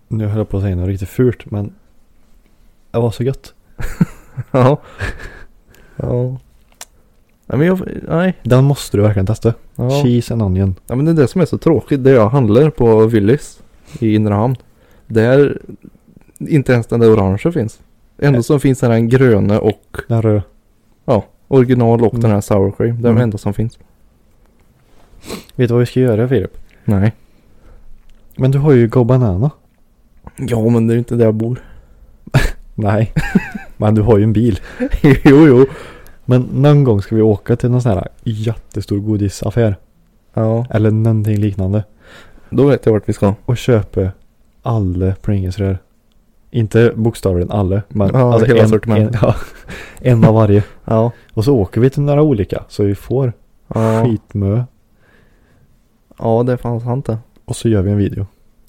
Speaker 2: nu höll jag på att säga något riktigt fult men det var så gött.
Speaker 3: Ja. ja. Nej men jag, nej.
Speaker 2: Den måste du verkligen testa.
Speaker 3: Ja.
Speaker 2: Cheese and onion.
Speaker 3: ja men det är det som är så tråkigt. Det jag handlar på Willys i Inre Hamn. Där inte ens den där orangea finns. Enda som finns är den gröna och
Speaker 2: Den röd.
Speaker 3: ja, original och
Speaker 2: Mm.
Speaker 3: den här sour cream. Det är de
Speaker 2: Mm.
Speaker 3: enda som finns.
Speaker 2: Vet du vad vi ska göra Filip?
Speaker 3: Nej.
Speaker 2: Men du har ju Go Banana.
Speaker 3: Ja men det är ju inte där jag bor.
Speaker 2: Nej. men du har ju en bil.
Speaker 3: jo jo.
Speaker 2: Men någon gång ska vi åka till någon sån här jättestor godisaffär.
Speaker 3: Ja.
Speaker 2: Eller någonting liknande.
Speaker 3: Då vet jag vart vi ska.
Speaker 2: Och köpa alla Pringles-rör. Inte bokstavligen alla. Men alltså
Speaker 3: Ja, hela
Speaker 2: en, en,
Speaker 3: sortimentet.
Speaker 2: ja, en av varje.
Speaker 3: Ja.
Speaker 2: Och så åker vi till några olika. Så vi får
Speaker 3: Ja,
Speaker 2: skitmö.
Speaker 3: ja det är fan sant det.
Speaker 2: Och så gör vi en video.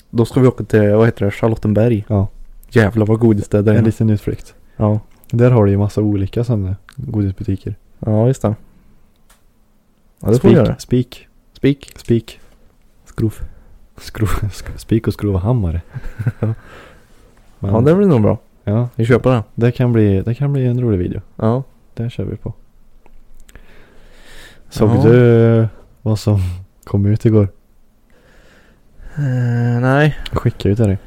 Speaker 3: Då ska vi åka till, vad heter det, Charlottenberg.
Speaker 2: Ja.
Speaker 3: Jävlar vad godis det är där
Speaker 2: En
Speaker 3: inne.
Speaker 2: liten utflykt.
Speaker 3: Ja.
Speaker 2: Där har du ju massa olika sådana godisbutiker.
Speaker 3: Ja, just det. Ja, det får vi göra.
Speaker 2: spik, spik,
Speaker 3: Spik.
Speaker 2: spik,
Speaker 3: Skrov.
Speaker 2: skro, sk- spik och skruvhammare. Men,
Speaker 3: Ja, det blir nog bra.
Speaker 2: ja,
Speaker 3: Vi köper den.
Speaker 2: det kan bli, det kan bli en rolig video.
Speaker 3: Ja.
Speaker 2: Den kör vi på. Såg
Speaker 3: Ja.
Speaker 2: du vad som kom ut igår?
Speaker 3: Eh, nej,
Speaker 2: Jag skickade ju till dig.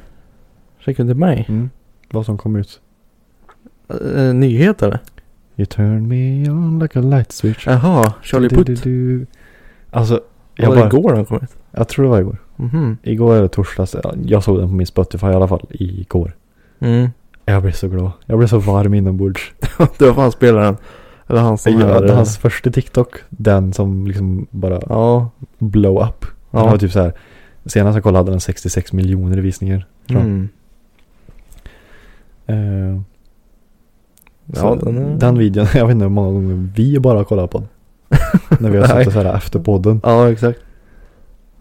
Speaker 3: skicka till mig.
Speaker 2: Vad som kom ut.
Speaker 3: Uh, nyhet eller?
Speaker 2: You turn me on like a light switch.
Speaker 3: Jaha, Äh, Charlie Putt.
Speaker 2: Du, du, du. Alltså,
Speaker 3: Jag
Speaker 2: jag,
Speaker 3: var det
Speaker 2: bara,
Speaker 3: igår den kom ut?
Speaker 2: jag tror det var igår.
Speaker 3: Mhm.
Speaker 2: Igår eller torsdags, ja, jag såg den på min Spotify i alla fall, igår.
Speaker 3: Mm.
Speaker 2: Jag blev så glad. Jag blev så varm inombords.
Speaker 3: det var fan spelaren. Eller han som
Speaker 2: Jag,
Speaker 3: är...
Speaker 2: hade hans första TikTok, den som liksom bara
Speaker 3: Ja.
Speaker 2: blow up. Den
Speaker 3: Ja.
Speaker 2: var typ så här. Senast jag kollade hade den 66 miljoner visningar.
Speaker 3: Mm.
Speaker 2: Eh,
Speaker 3: Ja,
Speaker 2: Så
Speaker 3: den är...
Speaker 2: den videon, jag vet inte hur många gånger vi bara har kollat på den. När vi har
Speaker 3: Nej.
Speaker 2: suttit så här efter podden.
Speaker 3: Ja, exakt.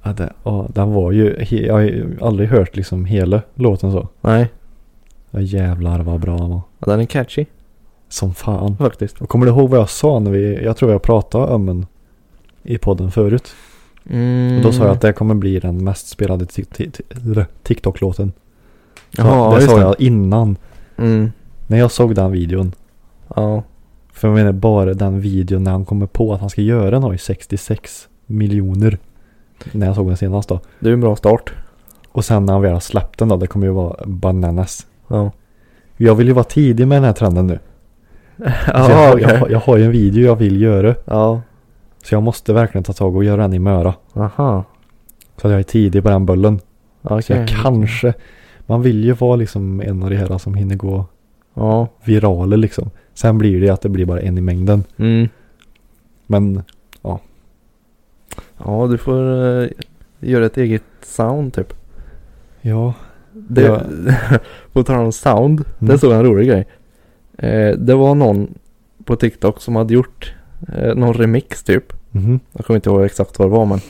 Speaker 2: Ja, det, ja, den var ju, he, jag har ju aldrig hört liksom hela låten så.
Speaker 3: Nej,
Speaker 2: Ja, jävlar vad bra den var.
Speaker 3: ja, den är catchy
Speaker 2: Som fan.
Speaker 3: faktiskt.
Speaker 2: Och kommer du ihåg vad jag sa när vi, jag tror jag pratade om den i podden förut.
Speaker 3: Mm.
Speaker 2: Och då sa jag att det kommer bli den mest spelade ti- ti- ti- TikTok-låten.
Speaker 3: Ja,
Speaker 2: det
Speaker 3: just
Speaker 2: sa
Speaker 3: det.
Speaker 2: jag innan.
Speaker 3: Mm.
Speaker 2: När jag såg den videon.
Speaker 3: Ja,
Speaker 2: För jag menar bara den videon när han kommer på att han ska göra den har ju 66 miljoner. När jag såg den senast då.
Speaker 3: det är ju en bra start.
Speaker 2: Och sen när han väl har släppt den då, det kommer ju vara bananas.
Speaker 3: Ja.
Speaker 2: Jag vill ju vara tidig med den här trenden nu. Så jag,
Speaker 3: Ja,
Speaker 2: har-
Speaker 3: okej.
Speaker 2: jag, har- jag har ju en video jag vill göra.
Speaker 3: Ja.
Speaker 2: Så jag måste verkligen ta tag och göra den i Möra.
Speaker 3: Aha.
Speaker 2: Så att jag är tidig på den bullen.
Speaker 3: Okej.
Speaker 2: Så jag kanske, man vill ju vara liksom en av de här som hinner gå
Speaker 3: Ja.
Speaker 2: viraler liksom. Sen blir det ju att det blir bara en i mängden.
Speaker 3: Mm.
Speaker 2: Men
Speaker 3: Ja, du får eh, göra ett eget sound typ.
Speaker 2: ja,
Speaker 3: Det,
Speaker 2: Ja.
Speaker 3: på tal om sound,
Speaker 2: Mm.
Speaker 3: det såg jag en rolig grej. Eh, det var någon på TikTok som hade gjort eh, någon remix typ.
Speaker 2: mhm,
Speaker 3: Jag kommer inte ihåg exakt vad det var men.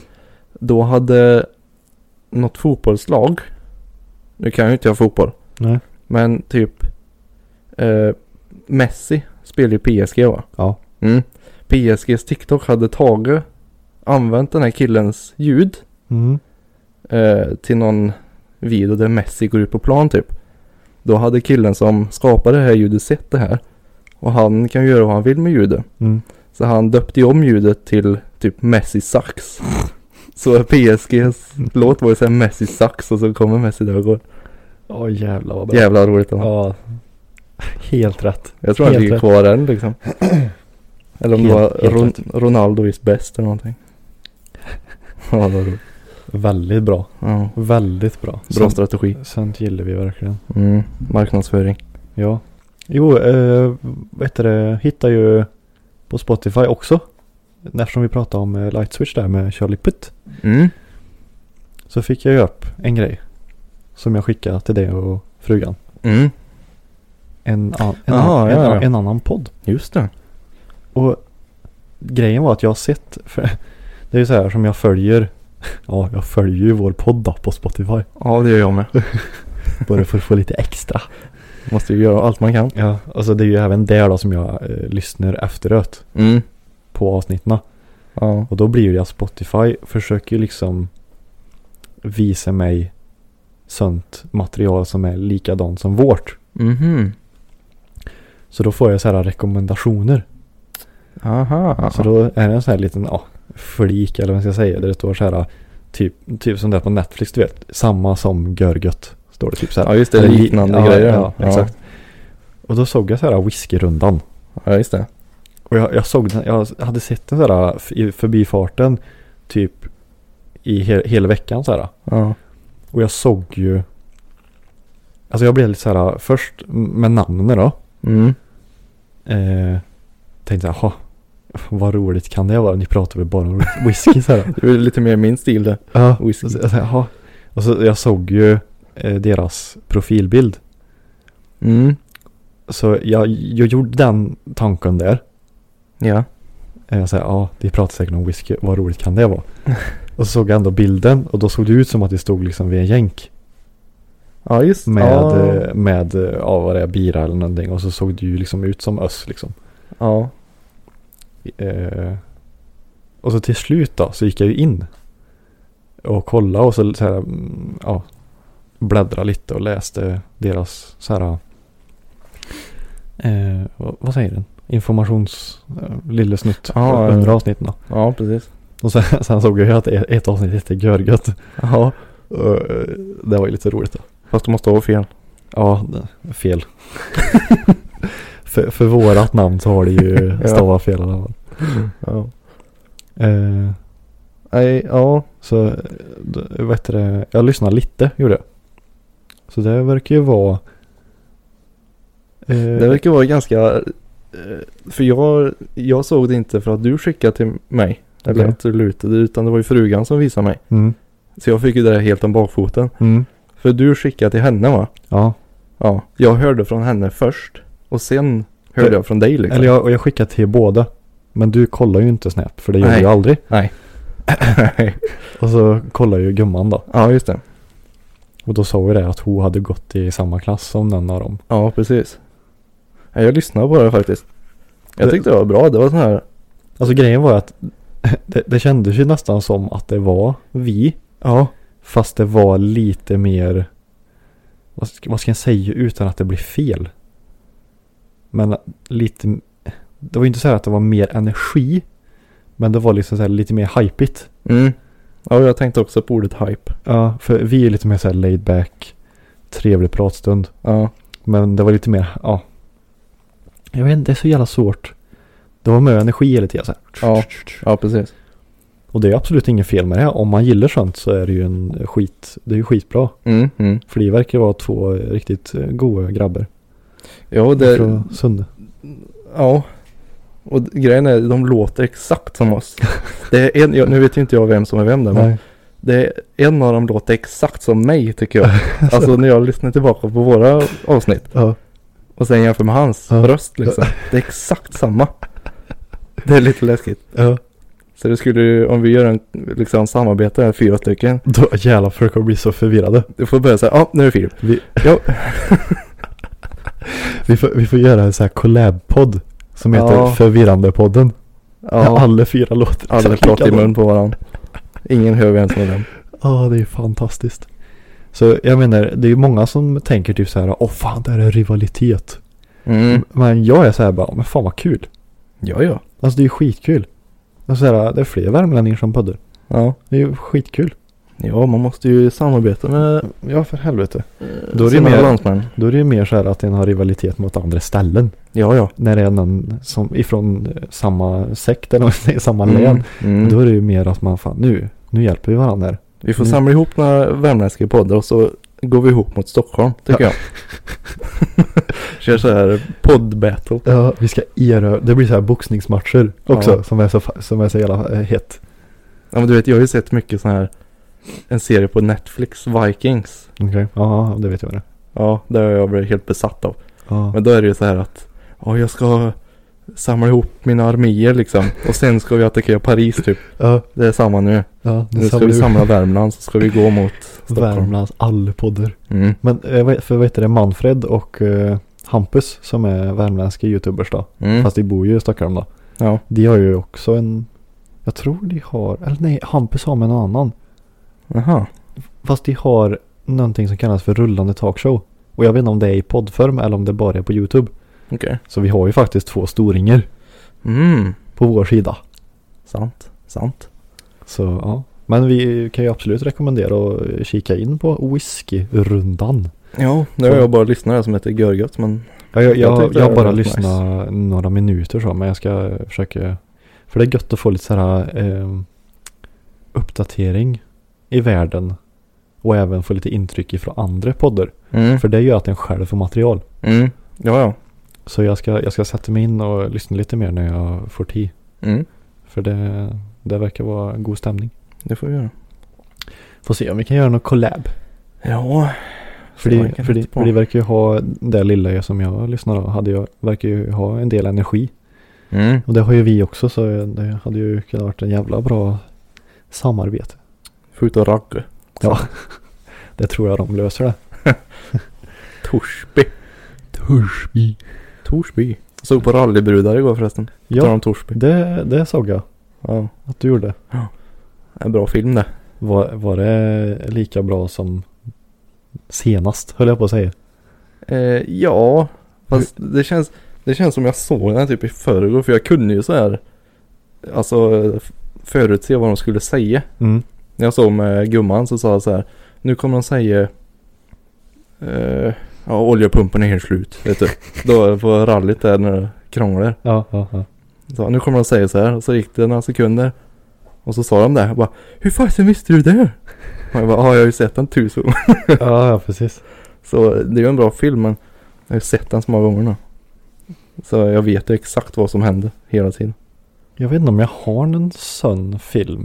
Speaker 3: Då hade något fotbollslag. Nu kan jag ju inte jag fotboll.
Speaker 2: nej,
Speaker 3: Men typ eh, Messi spelar ju PSG va?
Speaker 2: Ja.
Speaker 3: Mm. PSGs TikTok hade tagit, använt den här killens ljud
Speaker 2: mhm,
Speaker 3: eh, till någon video där Messi går ut på plan typ. Då hade killen som skapade det här ljudet sett det här. Och han kan ju göra vad han vill med ljudet.
Speaker 2: mm.
Speaker 3: Så han döpte ju om ljudet till typ Messi sax. Så PSGs låt var ju såhär Messi sax och så kommer Messi där och går.
Speaker 2: Åh jävlar vad bra.
Speaker 3: Jävla roligt. Ja.
Speaker 2: Ja, helt rätt.
Speaker 3: Jag tror han
Speaker 2: Helt
Speaker 3: ligger
Speaker 2: rätt.
Speaker 3: kvar än liksom. Eller om det
Speaker 2: Helt-
Speaker 3: var
Speaker 2: helt
Speaker 3: Ron- Ronaldo is best eller någonting. ja, det var roligt.
Speaker 2: Väldigt bra.
Speaker 3: Ja,
Speaker 2: Väldigt bra.
Speaker 3: bra strategi.
Speaker 2: Sånt- Sånt gillar vi verkligen.
Speaker 3: Mm, marknadsföring.
Speaker 2: Ja. Jo, eh, vet du det, hittar ju på Spotify också. Eftersom vi pratade om eh, Light Switch där med Charlie Putt.
Speaker 3: Mm.
Speaker 2: Så fick jag ju upp en grej. Som jag skickade till dig och frugan.
Speaker 3: Mm.
Speaker 2: En, an, en,
Speaker 3: Aha,
Speaker 2: annan-
Speaker 3: ja,
Speaker 2: en,
Speaker 3: ja.
Speaker 2: en annan podd.
Speaker 3: Just det.
Speaker 2: Och grejen var att jag har sett. För det är ju så här som jag följer. Ja, jag följer ju vår podd då på Spotify.
Speaker 3: Ja, det gör jag med.
Speaker 2: Bara för att få lite extra.
Speaker 3: Måste ju göra allt man kan.
Speaker 2: Ja, alltså det är ju även där då som jag eh, lyssnar efteråt
Speaker 3: Mm.
Speaker 2: på avsnitten.
Speaker 3: Ja.
Speaker 2: Och då blir det att Spotify försöker ju liksom visa mig sånt material som är likadant som vårt.
Speaker 3: Mhm.
Speaker 2: Så då får jag så här rekommendationer.
Speaker 3: Aha.
Speaker 2: Så Alltså då är det en sån här liten ja, flik eller vad man ska säga. Där det står så här typ, typ som det är på Netflix du vet. Samma som görgött. Står det typ så här.
Speaker 3: ja, just det.
Speaker 2: Eller li-
Speaker 3: liknande
Speaker 2: ja,
Speaker 3: grejer.
Speaker 2: Ja, exakt. Och då såg jag så här whiskyrundan.
Speaker 3: Ja, just det.
Speaker 2: Och jag, jag såg den, jag hade sett den sådär i förbifarten typ i he, hela veckan sådär.
Speaker 3: Ja.
Speaker 2: Och jag såg ju Alltså jag blev lite såhär först med namnen då.
Speaker 3: Mm.
Speaker 2: Eh, tänkte såhär, "Ha, vad roligt kan det vara? Ni pratar väl bara om whisky såhär.
Speaker 3: Det är lite mer min stil det.
Speaker 2: ja,
Speaker 3: Whisky.
Speaker 2: Och så, jag sa, "Jaha." och så jag såg ju eh, deras profilbild.
Speaker 3: Mm.
Speaker 2: Så jag, jag gjorde den tanken där.
Speaker 3: Ja.
Speaker 2: Eh, Jag sa, ja, det pratar säkert om whisky. Vad roligt kan det vara? och så såg jag ändå bilden och då såg det ut som att det stod liksom vid en jänk.
Speaker 3: Ja, just
Speaker 2: Med,
Speaker 3: Ja.
Speaker 2: eh, med eh, ja, vad det är, bira eller någonting. Och så såg det ju liksom ut som öss liksom.
Speaker 3: ja.
Speaker 2: Eh, och så till slut då, så gick jag ju in. Och kollade och så, så här, mm, ja, bläddrade lite och läste deras så här. Eh, vad, vad säger den? Informations, eh, lille snutt.
Speaker 3: Ja,
Speaker 2: under
Speaker 3: ja.
Speaker 2: avsnitten då.
Speaker 3: Ja, precis.
Speaker 2: Och sen, sen såg jag ju att ett, ett avsnitt hette Görgött.
Speaker 3: Ja.
Speaker 2: Och, eh, Det var ju lite roligt då.
Speaker 3: Fast du måste ha fel.
Speaker 2: Ja, det- fel. för, för vårat namn så har det ju
Speaker 3: Ja.
Speaker 2: stavat fel i alla fall.
Speaker 3: Ja.
Speaker 2: Eh,
Speaker 3: Nej, ja.
Speaker 2: Så, eh, d- vad heter det, jag lyssnade lite gjorde jag. Så det verkar ju vara... eh,
Speaker 3: Det verkar vara ganska... eh, För jag, jag såg det inte för att du skickade till mig. Eller
Speaker 2: Okej.
Speaker 3: att du lutade. Utan det var ju frugan som visade mig.
Speaker 2: Mm,
Speaker 3: Så jag fick ju det där helt om bakfoten.
Speaker 2: mm,
Speaker 3: För du skickade till henne va?
Speaker 2: ja,
Speaker 3: Ja. Jag hörde från henne först. Och sen Hörde jag från dig liksom.
Speaker 2: Eller jag, och jag skickade till båda. Men du kollar ju inte Snap för det gör
Speaker 3: Nej.
Speaker 2: du ju aldrig.
Speaker 3: Nej.
Speaker 2: Och så kollar ju gumman då.
Speaker 3: ja, just det.
Speaker 2: Och då sa ju det att hon hade gått i samma klass som den av dem.
Speaker 3: Ja, precis. Ja, Jag lyssnade på det faktiskt. Jag
Speaker 2: Det-
Speaker 3: tyckte det var bra. Det var sån här.
Speaker 2: Alltså grejen var ju att det, det kändes ju nästan som att det var vi.
Speaker 3: Ja.
Speaker 2: Fast det var lite mer. Vad ska, vad ska jag säga utan att det blir fel? Men lite. Det var ju inte så här att det var mer energi. Men det var liksom så här lite mer hypigt.
Speaker 3: Mm. Ja, jag tänkte också på ordet hype.
Speaker 2: Ja, för vi är lite mer så här laid back, trevlig pratstund.
Speaker 3: Ja.
Speaker 2: Men det var lite mer, ja. Jag vet inte, det är så jävla svårt. Det var mer energi hela tiden så här.
Speaker 3: Ja. Ja, precis.
Speaker 2: Och det är absolut inget fel med det. Om man gillar sånt så är det ju en skit, det är ju skitbra.
Speaker 3: Mm, mm.
Speaker 2: För det verkar vara två riktigt eh, goa grabbar.
Speaker 3: Jo, det,
Speaker 2: Från Sunne.
Speaker 3: Ja. Och d- grejen är, de låter exakt som oss. Det är en, jag, nu vet ju inte jag vem som är vem där, men
Speaker 2: Nej.
Speaker 3: det är, en av dem låter exakt som mig tycker jag. Alltså när jag lyssnar tillbaka på våra avsnitt
Speaker 2: Ja.
Speaker 3: och sen jämför med hans
Speaker 2: Ja.
Speaker 3: röst liksom. Det är exakt samma. Det är lite läskigt.
Speaker 2: ja.
Speaker 3: Så det skulle ju, om vi gör en liksom samarbete här, fyra stycken.
Speaker 2: Då, jävlar, folk kommer bli så förvirrade.
Speaker 3: Du får börja säga, ja nu är det Filip.
Speaker 2: Vi,
Speaker 3: Ja.
Speaker 2: vi, får, vi får göra en sån här collab-podd. Som heter
Speaker 3: Ja.
Speaker 2: Förvirrande-podden.
Speaker 3: Ja,
Speaker 2: Alla fyra låter
Speaker 3: alla
Speaker 2: exakt
Speaker 3: pratar i
Speaker 2: likadant.
Speaker 3: mun på varandra. Ingen hör vem som är vem.
Speaker 2: Ja, det är fantastiskt. Så jag menar, det är ju många som tänker typ så här, åh fan, det här är rivalitet.
Speaker 3: Mm.
Speaker 2: Men jag är så här bara, men fan vad kul.
Speaker 3: Ja, ja.
Speaker 2: Alltså det är ju skitkul. Alltså så här, det är fler värmlänningar som poddar.
Speaker 3: Ja.
Speaker 2: Det är ju skitkul.
Speaker 3: Ja, man måste ju samarbeta med
Speaker 2: Ja, för helvete.
Speaker 3: Då är det
Speaker 2: mer-
Speaker 3: mer landsmän.
Speaker 2: Då är det ju mer så här att en har rivalitet mot andra ställen.
Speaker 3: Ja, ja.
Speaker 2: När det är någon som ifrån eh, samma sekt eller vad man säger, samma län.
Speaker 3: Mm.
Speaker 2: Då är det ju mer att man fan, nu, nu hjälper vi varandra här.
Speaker 3: Vi får
Speaker 2: Mm.
Speaker 3: samla ihop några värmländska poddar och så går vi ihop mot Stockholm, tycker jag. Kör så här poddbattle.
Speaker 2: Ja, vi ska erövra. Det blir så här boxningsmatcher också
Speaker 3: Ja.
Speaker 2: som är så, fa- som är så jävla eh, hett.
Speaker 3: Ja, men du vet, jag har ju sett mycket sån här, en serie på Netflix, Vikings.
Speaker 2: Okej. Ja, det vet jag vad det är.
Speaker 3: Ja, där har jag blivit helt besatt av.
Speaker 2: Ja.
Speaker 3: Men då är det ju så här att, ja, jag ska samla ihop mina arméer liksom. Och sen ska vi attackera Paris typ.
Speaker 2: Ja,
Speaker 3: Det är samma nu.
Speaker 2: ja,
Speaker 3: Nu ska
Speaker 2: samlar
Speaker 3: vi
Speaker 2: ihop
Speaker 3: samla Värmland, så ska vi gå mot Stockholm.
Speaker 2: Värmlands alpoddar.
Speaker 3: Mm.
Speaker 2: Men eh, vad- för vad heter det, Manfred och eh, Hampus som är värmländska youtubers då.
Speaker 3: Mm.
Speaker 2: Fast de bor ju i Stockholm då.
Speaker 3: Ja,
Speaker 2: De har ju också en, jag tror de har, eller nej Hampus har med en annan.
Speaker 3: jaha.
Speaker 2: Fast de har någonting som kallas för rullande talkshow. Och jag vet inte om det är i poddform eller om det bara är på youtube.
Speaker 3: Okej.
Speaker 2: Så vi har ju faktiskt två storringar
Speaker 3: Mm.
Speaker 2: på vår sida.
Speaker 3: Sant, sant.
Speaker 2: Så ja. Men vi kan ju absolut rekommendera att kika in på whiskyrundan.
Speaker 3: Ja, nu har jag bara lyssnare som heter Görgött men
Speaker 2: Ja, jag,
Speaker 3: Jag
Speaker 2: jag, jag,
Speaker 3: tyckte det var
Speaker 2: bara
Speaker 3: rätt
Speaker 2: lyssnar några minuter så, men jag ska försöka. För det är gött att få lite så här eh, uppdatering i världen. Och även få lite intryck ifrån andra poddar.
Speaker 3: mm.
Speaker 2: För det gör att en själv får material.
Speaker 3: Mm. Ja, ja.
Speaker 2: Så jag ska, jag ska sätta mig in och lyssna lite mer när jag får tid.
Speaker 3: Mm.
Speaker 2: För det, det verkar vara god stämning.
Speaker 3: Det får vi göra.
Speaker 2: Får se om vi kan göra något collab.
Speaker 3: Ja.
Speaker 2: För
Speaker 3: Det verkar
Speaker 2: det, för det,
Speaker 3: inte på.
Speaker 2: för det verkar ju ha, det lilla som jag lyssnar av, hade jag, verkar ju ha en del energi.
Speaker 3: Mm.
Speaker 2: Och det har ju vi också så det hade ju kunnat varit en jävla bra samarbete.
Speaker 3: Får ut och ragga.
Speaker 2: Det tror jag de löser det.
Speaker 3: Torsby.
Speaker 2: Torsby.
Speaker 3: Torsby. Såg på rallybrudar igår förresten. Ja. Tar
Speaker 2: Ja,
Speaker 3: om Torsby.
Speaker 2: det, det såg jag
Speaker 3: Ja.
Speaker 2: att du gjorde.
Speaker 3: En bra film det.
Speaker 2: Var, var det lika bra som senast höll jag på att säga.
Speaker 3: Eh, ja. Fast det känns, det känns som jag såg den här typ i förrgår för jag kunde ju så här. Alltså eh, f- förutse vad de skulle säga.
Speaker 2: Mm.
Speaker 3: När jag såg med gumman så sa jag så här. Nu kommer de säga. Eh, ja oljepumpen är helt slut. Vet du. Då på rallyt där när det krånglar.
Speaker 2: Ja, ja, ja.
Speaker 3: Så, nu kommer de säga så här. Och så gick det några sekunder. Och så sa de det. Jag bara. Hur fasen visste du det? Och jag bara. Ja jag har ju sett den tusen gånger.
Speaker 2: ja, ja precis.
Speaker 3: Så det är ju en bra film men. Jag har ju sett den så många gånger nu. Så jag vet ju exakt vad som hände hela tiden.
Speaker 2: Jag vet inte om jag har någon sån film.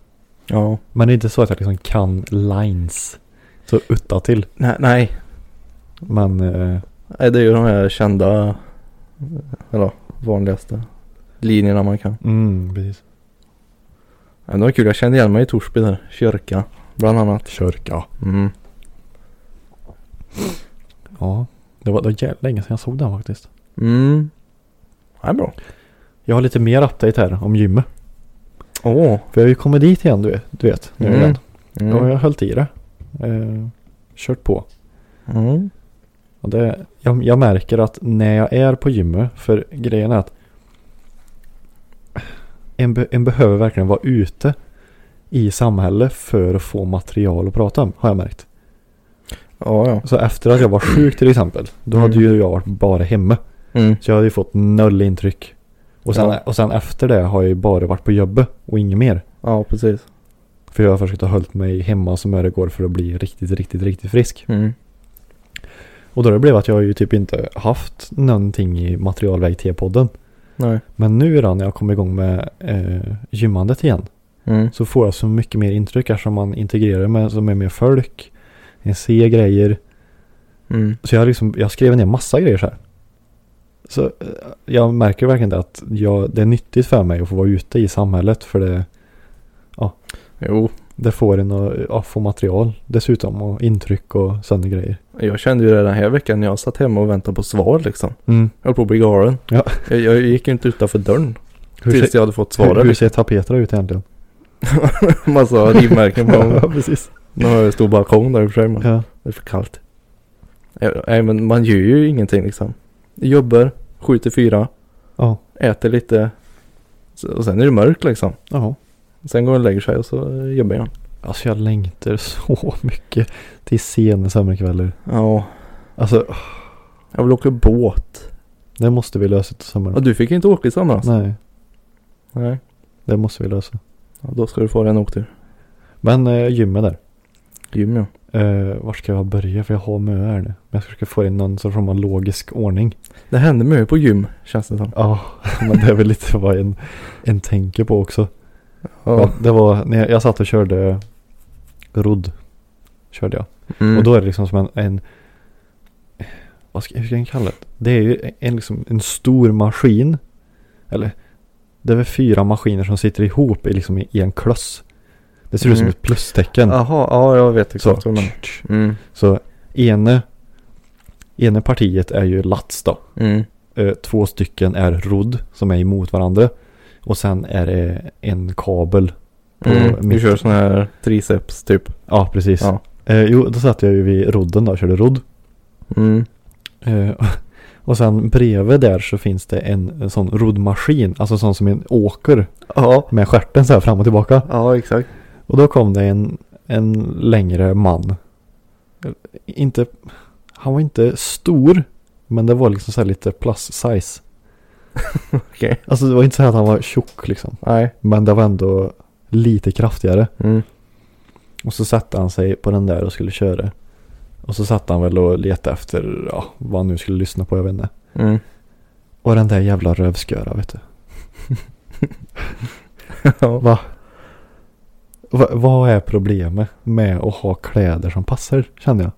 Speaker 3: Ja.
Speaker 2: Men det är inte så att jag liksom kan lines. Så utta till.
Speaker 3: Nej, nej.
Speaker 2: Men eh,
Speaker 3: Nej, det är ju de här kända, eh, eller vanligaste linjerna man kan.
Speaker 2: mm, precis.
Speaker 3: Men det var kul, jag kände igen mig i Torsby där. Kyrka, bland annat.
Speaker 2: Kyrka.
Speaker 3: Mm.
Speaker 2: Ja. Det var, det var jävla länge sedan jag såg den faktiskt.
Speaker 3: Mm. Det är bra.
Speaker 2: Jag har lite mer update här om gymmet.
Speaker 3: Åh.
Speaker 2: För jag har ju kommit dit igen du vet. Du vet nu
Speaker 3: Mm.
Speaker 2: igen.
Speaker 3: Mm.
Speaker 2: Och jag har höllt i det. Eh, kört på.
Speaker 3: Mm.
Speaker 2: Och det, jag, jag märker att när jag är på gymmet, för grejen är att en, be, en behöver verkligen vara ute i samhället för att få material att prata om, har jag märkt.
Speaker 3: Ja, ja.
Speaker 2: Så efter att jag var sjuk till exempel, då hade ju jag varit bara hemma.
Speaker 3: Mm.
Speaker 2: Så jag hade ju fått noll intryck. Och sen,
Speaker 3: Ja.
Speaker 2: och sen efter det har jag ju bara varit på jobbet och inget mer.
Speaker 3: Ja, precis.
Speaker 2: För jag har försökt att hålla mig hemma så mycket det går för att bli riktigt, riktigt, riktigt frisk.
Speaker 3: Mm.
Speaker 2: Och då har det blivit att jag har ju typ inte haft någonting i materialväg till podden.
Speaker 3: Nej.
Speaker 2: Men nu då när jag kom igång med eh, gymmandet igen
Speaker 3: Mm.
Speaker 2: så får jag så mycket mer intryck eftersom man integrerar med som är mer folk. Jag ser grejer.
Speaker 3: Mm.
Speaker 2: Så jag, har liksom, jag skrev ner massa grejer så här. Så eh, jag märker verkligen det att jag, det är nyttigt för mig att få vara ute i samhället för det,
Speaker 3: Jo,
Speaker 2: det får en att ja, få material dessutom och intryck och sådana grejer.
Speaker 3: jag kände ju det den här veckan när jag satt hemma och väntade på svar liksom. Jag höll på att bli galen.
Speaker 2: Ja.
Speaker 3: Jag, jag gick ju inte utanför dörren
Speaker 2: Hur,
Speaker 3: tills
Speaker 2: ser,
Speaker 3: jag hade fått
Speaker 2: hur,
Speaker 3: svaret.
Speaker 2: hur ser tapeterna ut egentligen?
Speaker 3: Massa rivmärken på
Speaker 2: precis.
Speaker 3: Nu har jag en stor balkong där i och för sig men
Speaker 2: Ja.
Speaker 3: det är för kallt. Ja, Nej men man gör ju ingenting liksom. Jobbar, sju till fyra,
Speaker 2: Ja.
Speaker 3: äter lite. Så- Och sen är det mörkt liksom.
Speaker 2: Jaha.
Speaker 3: Sen går jag och lägger sig och så eh, jobbar jag.
Speaker 2: Alltså jag längtar så mycket till sena sommarkvällar.
Speaker 3: Ja,
Speaker 2: Alltså
Speaker 3: jag vill åka båt.
Speaker 2: det måste vi lösa till sommaren.
Speaker 3: Och du fick inte åka i somras?
Speaker 2: Nej,
Speaker 3: Nej.
Speaker 2: det måste vi lösa.
Speaker 3: Ja, då ska du få dig en åktur.
Speaker 2: Men eh, gymmet där.
Speaker 3: Gym ja.
Speaker 2: Eh, var ska jag börja? För jag har mycket här nu. Men jag ska försöka få det i någon sorts form av logisk ordning.
Speaker 3: Det händer mycket på gym känns det som.
Speaker 2: Ja, men det är väl lite vad en, en tänker på också. Ja, det var när jag, jag satt och körde rodd. Körde jag.
Speaker 3: Mm.
Speaker 2: Och då är det liksom som en, en vad ska, hur ska jag kalla det? Det är ju en, liksom, en stor maskin. Eller det är väl fyra maskiner som sitter ihop i, liksom, i, i en kloss. Det ser ut som
Speaker 3: Mm.
Speaker 2: ett plustecken.
Speaker 3: Jaha, ja jag vet
Speaker 2: så.
Speaker 3: exakt vad du menar. Mm.
Speaker 2: så ene, ene partiet är ju lats då.
Speaker 3: Mm.
Speaker 2: Eh, Två stycken är rodd som är emot varandra. Och sen är det en kabel. På
Speaker 3: Mm. Du
Speaker 2: mitt-
Speaker 3: kör sån här triceps typ.
Speaker 2: Ja, precis.
Speaker 3: Ja.
Speaker 2: Eh, jo, då satt jag ju vid rodden då och körde rodd.
Speaker 3: Mm.
Speaker 2: Eh, Och sen bredvid där så finns det en, en sån roddmaskin, alltså sån som en åker
Speaker 3: Ja.
Speaker 2: med stjärten så här fram och tillbaka.
Speaker 3: Ja exakt.
Speaker 2: Och då kom det en, en längre man. Eh, Inte, han var inte stor, men det var liksom så här lite plus size.
Speaker 3: Okej.
Speaker 2: Alltså det var inte så här att han var tjock liksom,
Speaker 3: Nej.
Speaker 2: men det var ändå lite kraftigare.
Speaker 3: Mm.
Speaker 2: Och så satte han sig på den där och skulle köra. Och så satt han väl och letade efter, ja, vad han nu skulle lyssna på, jag vet inte.
Speaker 3: Mm.
Speaker 2: Och den där jävla rövsköra vet du.
Speaker 3: ja.
Speaker 2: Va? Va? Vad är problemet med att ha kläder som passar känner jag?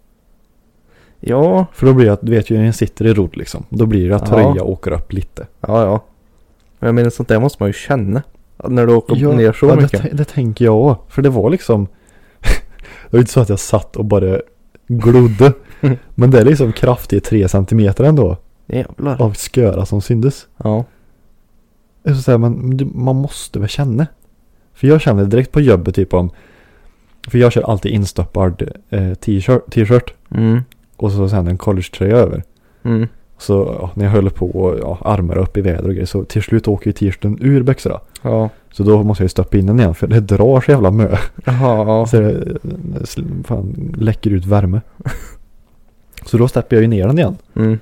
Speaker 3: Ja,
Speaker 2: För då blir det att, du vet ju när den sitter i rodd liksom. Då blir det att
Speaker 3: Ja.
Speaker 2: tröja åker upp lite.
Speaker 3: ja, ja. Men jag menar sånt där måste man ju känna. Att När du åker ner så
Speaker 2: ja,
Speaker 3: mycket.
Speaker 2: Det, det tänker jag också. För det var liksom. det var inte så att jag satt och bara glodde. men det är liksom kraftigt tre centimeter ändå.
Speaker 3: Jävlar.
Speaker 2: Av sköra som syndes.
Speaker 3: Ja.
Speaker 2: Det är så här, man, du- man måste väl känna. För jag känner direkt på jobbet typ om. För jag kör alltid instoppad eh, t-shirt- t-shirt.
Speaker 3: Mm.
Speaker 2: Och så sen en collegetröja över.
Speaker 3: Mm.
Speaker 2: Så ja, när jag höll på och ja, armar upp i väder och grejer så till slut åker ju t-shirten ur byxorna.
Speaker 3: Ja.
Speaker 2: Så då måste jag ju stoppa in den igen för det drar så jävla mö.
Speaker 3: Ja.
Speaker 2: Så det det sl- fan, läcker ut värme. Så då släpper jag ju ner den igen.
Speaker 3: Mm.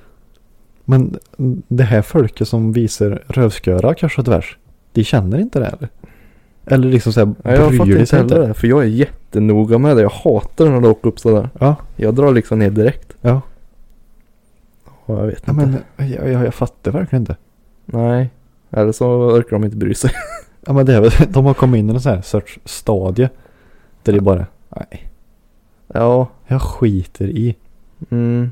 Speaker 2: Men det här folket som visar rövsköra kors och tvärs. De känner inte det eller? Eller liksom såhär
Speaker 3: Ja, jag
Speaker 2: bryr
Speaker 3: fattar
Speaker 2: de
Speaker 3: inte
Speaker 2: sig
Speaker 3: heller
Speaker 2: inte.
Speaker 3: det. För jag är jättenoga med det. Jag hatar när det åker upp sådär.
Speaker 2: Ja,
Speaker 3: Jag drar liksom ner direkt.
Speaker 2: ja.
Speaker 3: Ja, jag vet
Speaker 2: ja
Speaker 3: inte.
Speaker 2: men jag, jag, jag fattar verkligen inte.
Speaker 3: Nej. Eller så orkar de inte bry sig.
Speaker 2: Ja men det är väl, de har kommit in i en sån här sorts stadie. Där det bara, nej,
Speaker 3: Ja.
Speaker 2: jag skiter i.
Speaker 3: Mm.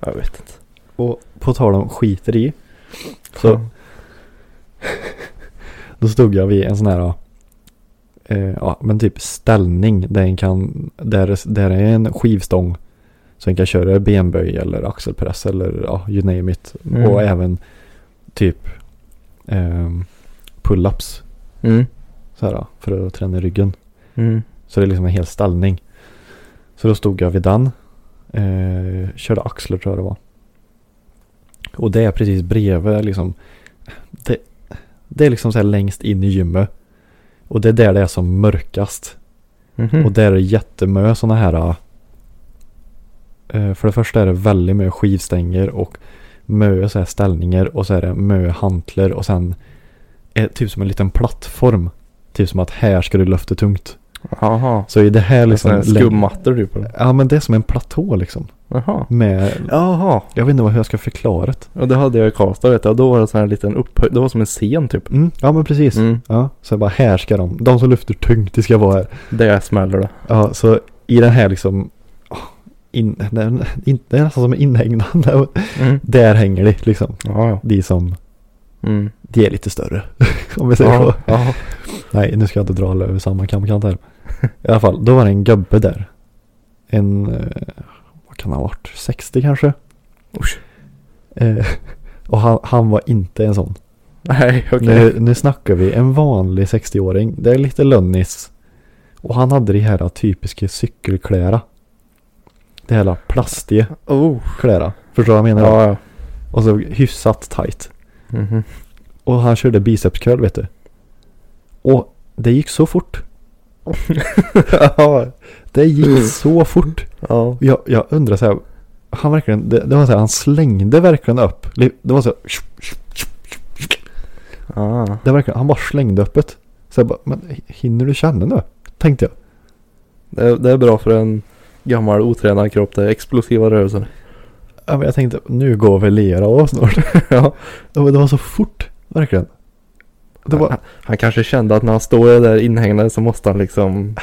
Speaker 3: Jag vet inte.
Speaker 2: Och på tal om skiter i. Så då stod jag vid en sån här, eh, ja men typ ställning där en kan, där, där är en skivstång. Så en kan köra benböj eller axelpress eller ja, you name it.
Speaker 3: Mm.
Speaker 2: Och även typ ehm, pull-ups
Speaker 3: Mm.
Speaker 2: så här, för att träna ryggen.
Speaker 3: Mm.
Speaker 2: Så det är liksom en hel ställning. Så då stod jag vid den. Eh, körde axlar tror jag det var. Och det är precis bredvid liksom. Det, det är liksom så här längst in i gymmet. Och det är där det är som mörkast.
Speaker 3: Mhm.
Speaker 2: Och där är det jättemö sådana här. Eh, för det första är det väldigt mycket skivstänger och mö så här ställningar och så är det mö hantlar och sen är det typ som en liten plattform. Typ som att här ska du lyfta tungt.
Speaker 3: Jaha.
Speaker 2: Så i det här
Speaker 3: Liksom
Speaker 2: liksom...
Speaker 3: skummattor typ. eller?
Speaker 2: Ja men det är som en platå liksom.
Speaker 3: Jaha.
Speaker 2: Med,
Speaker 3: Jaha.
Speaker 2: jag vet inte vad- hur jag ska förklara det.
Speaker 3: Ja, det hade jag i Karlstad vet jag. Då var det sån här liten upphöjd. Det var som en scen typ.
Speaker 2: Mm, ja men precis.
Speaker 3: Mm.
Speaker 2: Ja, så jag bara här ska de, de som lyfter tungt, de ska vara här.
Speaker 3: Där smäller det.
Speaker 2: Ja, så i den här liksom, åh, in, den, in, det är nästan som en inhägnad. Där,
Speaker 3: Mm.
Speaker 2: där hänger de liksom.
Speaker 3: Ja, ja.
Speaker 2: De som,
Speaker 3: Mm.
Speaker 2: de är lite större. Om vi säger
Speaker 3: Ja,
Speaker 2: så.
Speaker 3: ja.
Speaker 2: Nej, nu ska jag inte dra alla över samma kamkant här. I alla fall, då var det en gubbe där. En, eh, vad kan han ha varit, 60 kanske?
Speaker 3: Usch.
Speaker 2: Eh, och han, han var inte en sån.
Speaker 3: Nej, okej.
Speaker 2: Nu, nu snackar vi en vanlig 60-åring. Det är lite lönnis. Och han hade de här typiska cykelklära. Det här plastiga
Speaker 3: Oh.
Speaker 2: klära. Förstår du vad jag menar?
Speaker 3: Ja, ja.
Speaker 2: Och så hyfsat tight.
Speaker 3: Mhm.
Speaker 2: Och han körde bicepscurl vet du. Och det gick så fort.
Speaker 3: ja.
Speaker 2: Det gick så fort.
Speaker 3: Ja.
Speaker 2: Jag, jag undrar så här. Han verkligen, det, det var så här, han slängde verkligen upp. Det var så här,
Speaker 3: Ah.
Speaker 2: det var verkligen, han bara slängde upp det. Så jag bara, men hinner du känna nu? Tänkte jag.
Speaker 3: Det, är, det är bra för en gammal otränad kropp. Det är explosiva rörelser.
Speaker 2: Ja, men jag tänkte nu går väl lera av snart.
Speaker 3: ja.
Speaker 2: Ja, men Det var så fort, verkligen. Det var,
Speaker 3: han, han kanske kände att när han står i det där inhägnade så måste han liksom.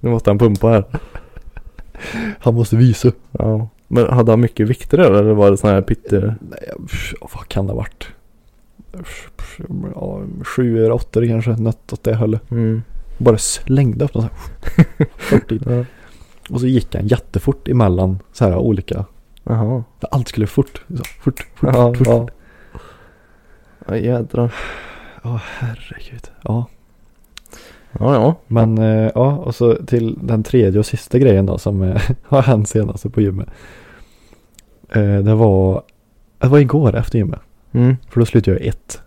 Speaker 3: Nu måste han pumpa här.
Speaker 2: han måste visa.
Speaker 3: Ja. Men hade han mycket vikter där, eller var det sån här pytte?
Speaker 2: Nej, jag- pff, vad kan det ha varit? Pff, pff, Ja, sju eller åtta kanske, något åt det hållet.
Speaker 3: Mm.
Speaker 2: Bara slängde upp den så här. fort in.
Speaker 3: Ja.
Speaker 2: Och så gick han jättefort emellan så här olika.
Speaker 3: Jaha.
Speaker 2: Allt skulle fort. Så, fort, fort,
Speaker 3: Ja,
Speaker 2: fort, fort.
Speaker 3: ja.
Speaker 2: Ja,
Speaker 3: Ja, jädrar.
Speaker 2: herregud. Ja.
Speaker 3: Ja, ja.
Speaker 2: Men eh, ja, och så till den tredje och sista grejen då som eh, har hänt senast på gymmet. Eh, det var, det var igår efter gymmet.
Speaker 3: Mm.
Speaker 2: För då slutade jag ett.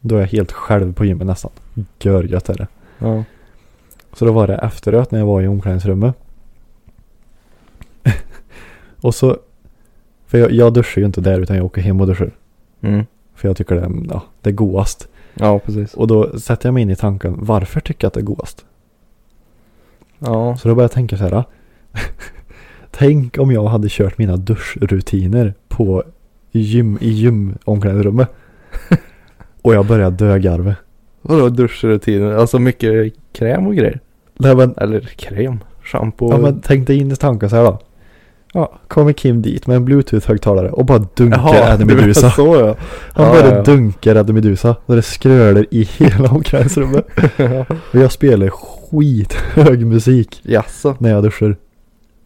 Speaker 2: Då är jag helt själv på gymmet nästan. Görgött är det.
Speaker 3: Ja.
Speaker 2: Så då var det efterrätt när jag var i omklädningsrummet. och så, för jag, jag duschar ju inte där utan jag åker hem och duschar.
Speaker 3: Mm.
Speaker 2: För jag tycker det, är, ja, det är godast.
Speaker 3: Ja, precis.
Speaker 2: Och då sätter jag mig in i tanken, varför tycker jag att det är godast?
Speaker 3: Ja.
Speaker 2: Så då började jag tänka så här. Tänk om jag hade kört mina duschrutiner på gym, i gymomklädningsrummet. och jag började dö garve.
Speaker 3: Vadå duschrutiner? Alltså mycket kräm och grejer?
Speaker 2: Nej men,
Speaker 3: Eller kräm? Shampoo?
Speaker 2: ja, men tänk dig in i tanken så här då. Ja, kommer Kim dit med en bluetooth-högtalare och bara dunkar Eddie
Speaker 3: det var
Speaker 2: Meduza.
Speaker 3: så ja.
Speaker 2: Han
Speaker 3: Ja,
Speaker 2: bara
Speaker 3: ja, ja.
Speaker 2: dunkar Eddie Meduza när det skröler i hela omklädningsrummet. och jag spelar skithög musik
Speaker 3: Jaså?
Speaker 2: när jag duschar.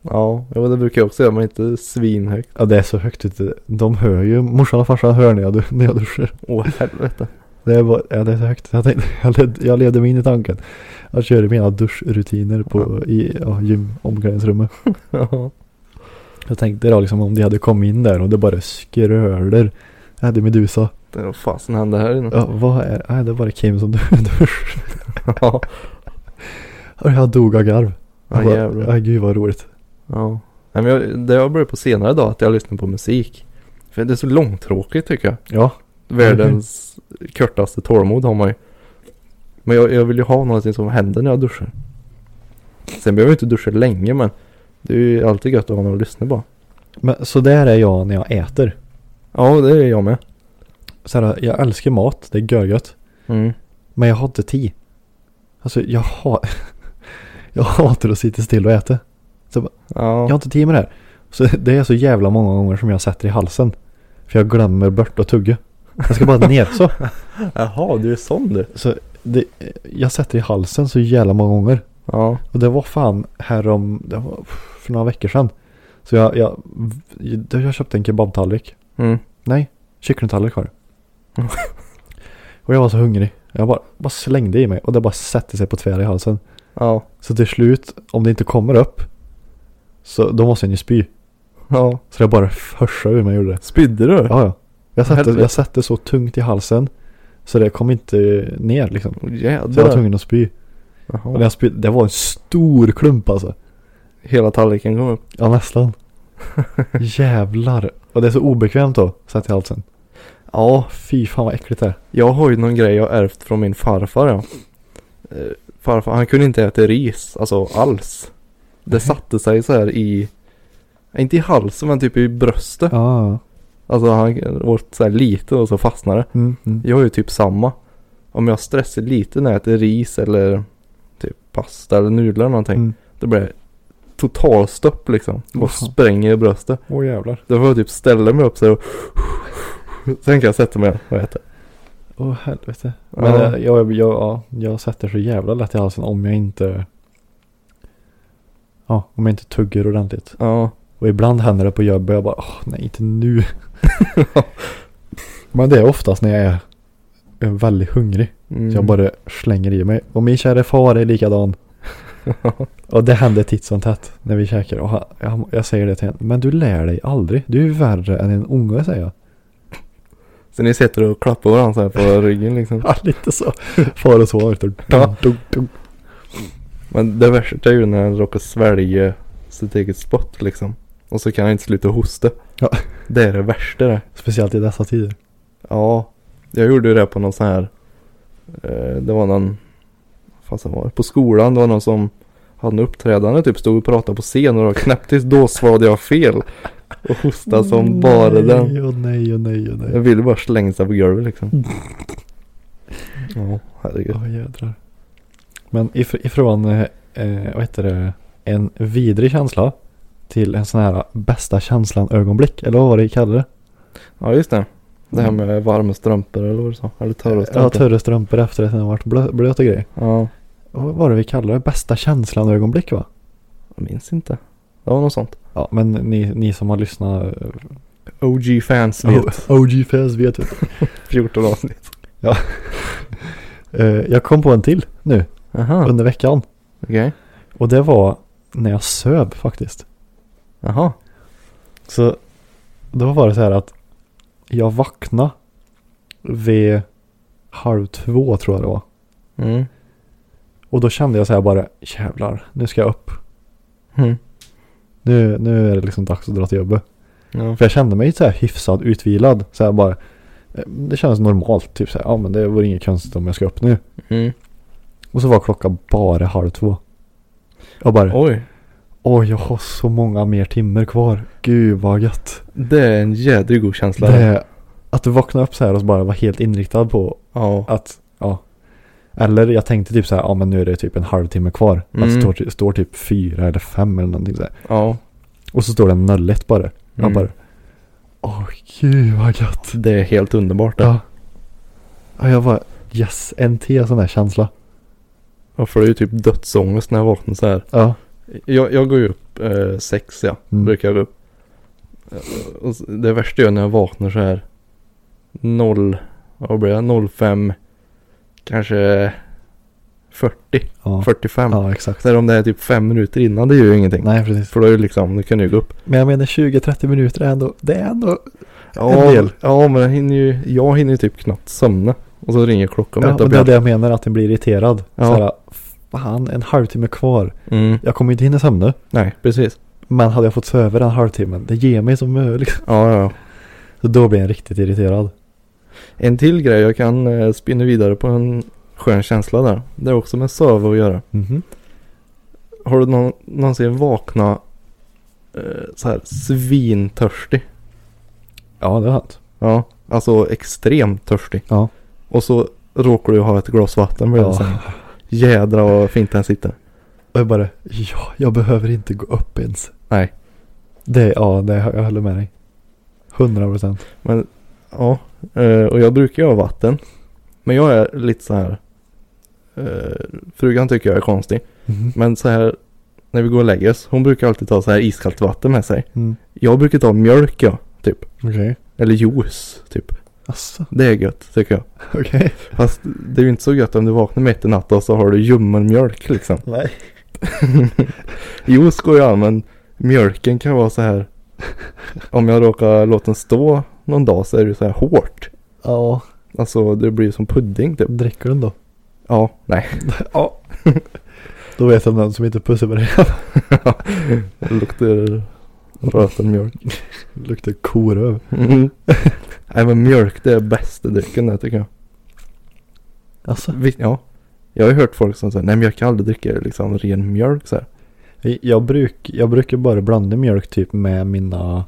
Speaker 3: Ja, jo, det brukar jag också göra men inte svinhögt.
Speaker 2: Ja, det är så högt ute. De hör ju, morsan och farsan hör när jag, du- när jag duschar.
Speaker 3: Åh helvete.
Speaker 2: Det är, bara, ja, det är så högt. Jag, tänkte, jag, led, jag levde mig in i tanken. Jag körde mina duschrutiner på, i ja, gymomklädningsrummet.
Speaker 3: Ja.
Speaker 2: Jag tänkte då liksom om de hade kommit in där och det bara Äh, skröler Eddie Meduza.
Speaker 3: Det- Vad fasen hände här inne?
Speaker 2: Ja, vad är Nej, det är bara Kim som du- duschar.
Speaker 3: Ja.
Speaker 2: Och jag dog av garv.
Speaker 3: Ja,
Speaker 2: Jag bara,
Speaker 3: jävlar.
Speaker 2: "Aj, gud vad roligt.
Speaker 3: Ja. Nej, men jag, det har börjat på senare dag att jag lyssnar på musik. För det är så långtråkigt tycker jag.
Speaker 2: Ja,
Speaker 3: Världens kortaste tålamod har man ju. Men jag, jag vill ju ha någonting som händer när jag duschar. Sen behöver jag inte duscha länge men det är ju alltid gött att ha någon att lyssna på.
Speaker 2: men så där är jag när jag äter.
Speaker 3: Ja, det är jag med.
Speaker 2: Så här, jag älskar mat, det är görgött.
Speaker 3: Mm.
Speaker 2: Men jag har inte tid. Alltså jag har... jag hatar att sitta still och äta. Jag har
Speaker 3: Ja.
Speaker 2: inte tid med det här. Så det är så jävla många gånger som jag sätter i halsen. För jag glömmer bort att tugga. Jag ska bara ner så.
Speaker 3: Jaha, du är sån du.
Speaker 2: så det, jag sätter i halsen så jävla många gånger.
Speaker 3: Ja.
Speaker 2: Och det var fan härom, det var för några veckor sedan. Så jag, jag, jag köpte en kebabtallrik.
Speaker 3: Mm.
Speaker 2: Nej, kycklingtallrik var det. och jag var så hungrig. Jag bara, bara slängde i mig och det bara sätter sig på tvären i halsen.
Speaker 3: Ja.
Speaker 2: Så till slut, om det inte kommer upp, så då måste jag ju spy.
Speaker 3: Ja.
Speaker 2: Så det bara försade ur mig gjorde det.
Speaker 3: Spydde du?
Speaker 2: Ja, ja. Jag satte,
Speaker 3: Helvete.
Speaker 2: jag satte så tungt i halsen så det kom inte ner liksom.
Speaker 3: Åh,
Speaker 2: Så jag var
Speaker 3: Jädrar.
Speaker 2: tvungen att spy. Och när
Speaker 3: Jaha.
Speaker 2: jag spydde, det var en stor klump alltså.
Speaker 3: Hela tallriken kom upp.
Speaker 2: Ja nästan. Jävlar. Och det är så obekvämt då, satt i halsen.
Speaker 3: Ja,
Speaker 2: Fy fan vad äckligt det är.
Speaker 3: Jag har ju någon grej jag ärvt från min farfar ja. Eh, Farfar, han kunde inte äta ris, alltså alls. Det satte sig så här i, inte i halsen men typ i bröstet.
Speaker 2: Ja.
Speaker 3: Alltså han åt så här lite och så fastnade det.
Speaker 2: Mm, mm.
Speaker 3: Jag är ju typ samma. Om jag stressar lite när jag äter ris eller typ pasta eller nudlar eller någonting.
Speaker 2: Mm.
Speaker 3: Då blir det totalstopp liksom. Och
Speaker 2: Åh, fan.
Speaker 3: spränger i bröstet.
Speaker 2: Åh jävlar.
Speaker 3: Då får jag typ ställa mig upp så här och Sen kan jag sätta mig och äta.
Speaker 2: Åh helvete.
Speaker 3: Ja.
Speaker 2: Men eh, jag, jag, ja, jag sätter så jävla lätt i halsen om jag inte... Ja, om jag inte tuggar ordentligt.
Speaker 3: Ja.
Speaker 2: Och ibland händer det på jobbet jag bara, åh nej inte nu. Men det är oftast när jag är eh, väldigt hungrig.
Speaker 3: Mm.
Speaker 2: Så jag bara slänger i mig. Och min kära far är likadan. och det händer titt som tätt när vi käkar. Och han, jag, jag säger det till henne. Men du lär dig aldrig. Du är ju värre än en unge säger jag.
Speaker 3: Så ni sitter och klappar varandra så här på ryggen liksom.
Speaker 2: Ja, lite så. typ. Far och son.
Speaker 3: Ja.
Speaker 2: Ja. Dunk, dunk.
Speaker 3: Men det värsta är ju när han råkar svälja sitt eget spott liksom. Och så kan han inte sluta hosta.
Speaker 2: Ja.
Speaker 3: Det är det värsta det.
Speaker 2: Speciellt i dessa tider.
Speaker 3: Ja. Jag gjorde ju det på någon sån här. Eh, det var någon. vad Fasen var det? På skolan. Det var någon som hade en uppträdande typ. Stod och pratade på scen. Och då knäpptes. Då svarade jag fel. Och hostade som bara den.
Speaker 2: Mm, Nej och nej och nej och
Speaker 3: Jag
Speaker 2: nej.
Speaker 3: ville bara slänga sig på golvet liksom.
Speaker 2: Mm.
Speaker 3: Ja, herregud.
Speaker 2: Åh jädrar. Men if- ifrån, eh, eh, vad heter det, en vidrig känsla till en sån här bästa känslan ögonblick. Eller vad var det vi kallade det?
Speaker 3: Ja just det. Mm. Det här med varma strumpor eller vad du sa. Eller torra
Speaker 2: Ja,
Speaker 3: strumpor.
Speaker 2: törre strumpor efter att den har varit blö- blöt och grejer.
Speaker 3: Ja,
Speaker 2: Och Vad var det vi kallade det? Bästa känslan ögonblick va?
Speaker 3: jag minns inte. Det var något sånt.
Speaker 2: Ja, men ni, ni som har lyssnat. eh,
Speaker 3: OG fans vet.
Speaker 2: OG fans vet. vet.
Speaker 3: 14 avsnitt.
Speaker 2: Eh, jag kom på en till nu
Speaker 3: Aha,
Speaker 2: under veckan.
Speaker 3: okej.
Speaker 2: Och det var när jag söp faktiskt.
Speaker 3: Jaha.
Speaker 2: Så då var det så här att jag vaknade vid halv två tror jag det var.
Speaker 3: Mm.
Speaker 2: Och då kände jag så här bara jävlar, nu ska jag upp.
Speaker 3: Mm.
Speaker 2: Nu, nu är det liksom dags att dra till jobbet.
Speaker 3: Ja.
Speaker 2: För jag kände mig så här hyfsad utvilad. Så här bara, eh, det kändes normalt. Typ så här, ja men det vore inget konstigt om jag ska upp nu.
Speaker 3: Mm.
Speaker 2: Och så var klockan bara halv två. Jag bara,
Speaker 3: Oj.
Speaker 2: åh jag har så många mer timmar kvar. Gud vad gött.
Speaker 3: Det är en jädrig god känsla.
Speaker 2: Det är att vakna upp så här och så bara vara helt inriktad på
Speaker 3: Ja.
Speaker 2: att, ja. Eller jag tänkte typ så här, ja men nu är det typ en halvtimme kvar. Men
Speaker 3: Mm.
Speaker 2: det står, står typ fyra eller fem eller någonting så här.
Speaker 3: Ja.
Speaker 2: Och så står det 01 bara.
Speaker 3: Mm.
Speaker 2: Man bara. Åh gud vad gött.
Speaker 3: Det är helt underbart det.
Speaker 2: Ja. ja. Jag bara yes, en till sån där känsla.
Speaker 3: Ja, för det är ju typ dödsångest när jag vaknar så här.
Speaker 2: Ja.
Speaker 3: Jag, jag går ju upp eh, sex ja,
Speaker 2: Mm.
Speaker 3: brukar jag gå upp. Eh, Och s- det värsta är när jag vaknar så här. Noll, vad blir det? 05, kanske 40,
Speaker 2: Ja,
Speaker 3: 45.
Speaker 2: ja exakt.
Speaker 3: Sen om det är typ fem minuter innan det gör ju ingenting.
Speaker 2: Nej precis.
Speaker 3: För då är det liksom, nu kan du ju gå upp.
Speaker 2: Men jag menar 20-30 minuter är ändå, det är ändå.
Speaker 3: Ja,
Speaker 2: del.
Speaker 3: ja men jag hinner, ju, jag hinner ju typ knappt somna. Och så ringer klockan
Speaker 2: Ja,
Speaker 3: ett
Speaker 2: och
Speaker 3: och
Speaker 2: det är det
Speaker 3: bjällar.
Speaker 2: jag menar att den blir irriterad.
Speaker 3: Ja.
Speaker 2: Så här, fan en halvtimme kvar.
Speaker 3: mm,
Speaker 2: Jag kommer inte hinna sömna.
Speaker 3: Nej, precis.
Speaker 2: Men hade jag fått söva den halvtimmen, det ger mig så mycket. Liksom.
Speaker 3: Ja, ja, ja.
Speaker 2: Så då blir jag riktigt irriterad.
Speaker 3: En till grej jag kan eh, spinna vidare på en skön känsla där. Det är också med söva att göra.
Speaker 2: Mhm.
Speaker 3: Har du någon, någonsin vaknat eh, så här svintörstig?
Speaker 2: Ja, det har hänt.
Speaker 3: Ja, alltså extremt törstig.
Speaker 2: Ja.
Speaker 3: Och så råkar du ha ett glas vatten bredvid
Speaker 2: Ja.
Speaker 3: sen. Jädra vad fint den sitter.
Speaker 2: Och jag bara, ja, jag behöver inte gå upp ens.
Speaker 3: Nej,
Speaker 2: Det, ja, det, jag håller med dig. 100 procent.
Speaker 3: men ja. eh, Och jag brukar ju ha vatten. Men jag är lite så här. eh, Frugan tycker jag är konstig.
Speaker 2: Mm-hmm.
Speaker 3: Men så här. När vi går och lägger oss. Hon brukar alltid ta så här iskallt vatten med sig.
Speaker 2: Mm.
Speaker 3: Jag brukar ta mjölk ja, typ.
Speaker 2: Okej.
Speaker 3: Eller juice, typ.
Speaker 2: Asså,
Speaker 3: Det är gött, tycker jag.
Speaker 2: okej.
Speaker 3: Fast det är ju inte så gött om du vaknar mitt i natten och så har du ljummen mjölk liksom.
Speaker 2: Nej.
Speaker 3: Juice går ju an, men mjölken kan vara så här. Om jag råkar låta den stå någon dag så är det ju så här hårt.
Speaker 2: Ja,
Speaker 3: Alltså det blir som pudding typ.
Speaker 2: dricker du den då?
Speaker 3: Ja, nej.
Speaker 2: Ja. då vet jag någon som inte pussar på dig.
Speaker 3: Det luktar rötad mjölk.
Speaker 2: Luktar koröv.
Speaker 3: Mm. nej men mjölk det är bästa drycken det tycker jag.
Speaker 2: Asså.
Speaker 3: Vi- Ja. Jag har ju hört folk som säger, nej men jag kan aldrig dricka liksom ren mjölk så här.
Speaker 2: Jag, bruk, jag brukar bara blanda mjölk typ med mina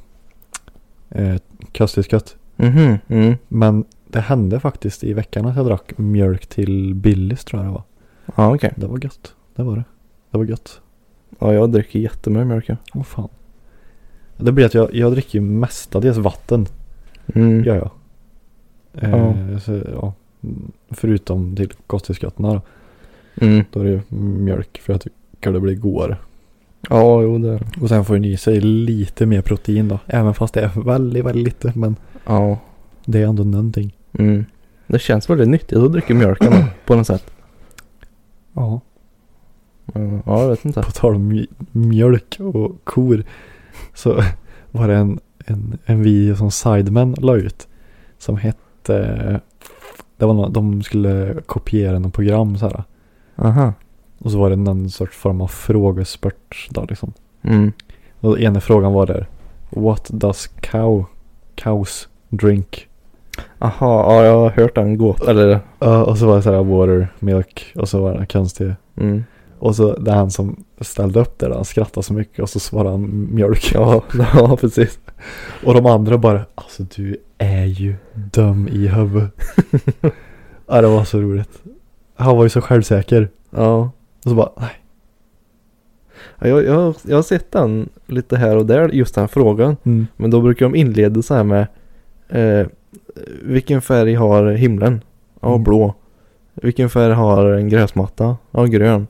Speaker 2: eh, kastisköt.
Speaker 3: Mhm, mm.
Speaker 2: Men det hände faktiskt i veckan att jag drack mjölk till Billys tror jag det var.
Speaker 3: Ja okej.
Speaker 2: Det var gött. Det var det. Det var gött.
Speaker 3: Ja jag dricker jättemycket mjölk ja.
Speaker 2: Åh fan. Det blir att jag, jag dricker ju mestadels vatten.
Speaker 3: Mm.
Speaker 2: Gör jag. Eh,
Speaker 3: Ja.
Speaker 2: så, ja. Mm, Förutom till gottiskatterna då.
Speaker 3: Mm.
Speaker 2: Då är det ju mjölk för jag tycker det blir godare.
Speaker 3: Ja jo det.
Speaker 2: Och sen får den i sig lite mer protein då. Även fast det är väldigt, väldigt lite. Men
Speaker 3: Ja.
Speaker 2: det är ändå någonting.
Speaker 3: Mm. Det känns väldigt nyttigt att dricka mjölk ändå, på något sätt.
Speaker 2: Ja.
Speaker 3: Mm, Ja jag vet inte.
Speaker 2: På tal om mj- mjölk och kor. Så var det en, en, en video som Sidemen la ut. Som hette. Det var nå- de skulle kopiera något program så här.
Speaker 3: Aha.
Speaker 2: Och så var det någon sorts form av frågespurt då liksom.
Speaker 3: Mm.
Speaker 2: Och den ena frågan var där. What does cow, cows drink?
Speaker 3: Aha, ja jag har hört den gåtan. Eller
Speaker 2: Ja, och så var det så här water, milk och så var det konstig.
Speaker 3: mm.
Speaker 2: Och så det han som ställde upp där, han skrattade så mycket och så svarade han mjölk.
Speaker 3: Ja, ja precis.
Speaker 2: Och de andra bara, alltså du är ju dum i huvudet. ja, det var så roligt. Han var ju så självsäker.
Speaker 3: Ja.
Speaker 2: Och så bara, nej.
Speaker 3: Ja, Jag, jag, jag har sett den lite här och där, just den frågan.
Speaker 2: Mm.
Speaker 3: Men då brukar de inleda så här med eh, Vilken färg har himlen? Ja,
Speaker 2: Mm.
Speaker 3: blå. Vilken färg har en gräsmatta? Ja, grön.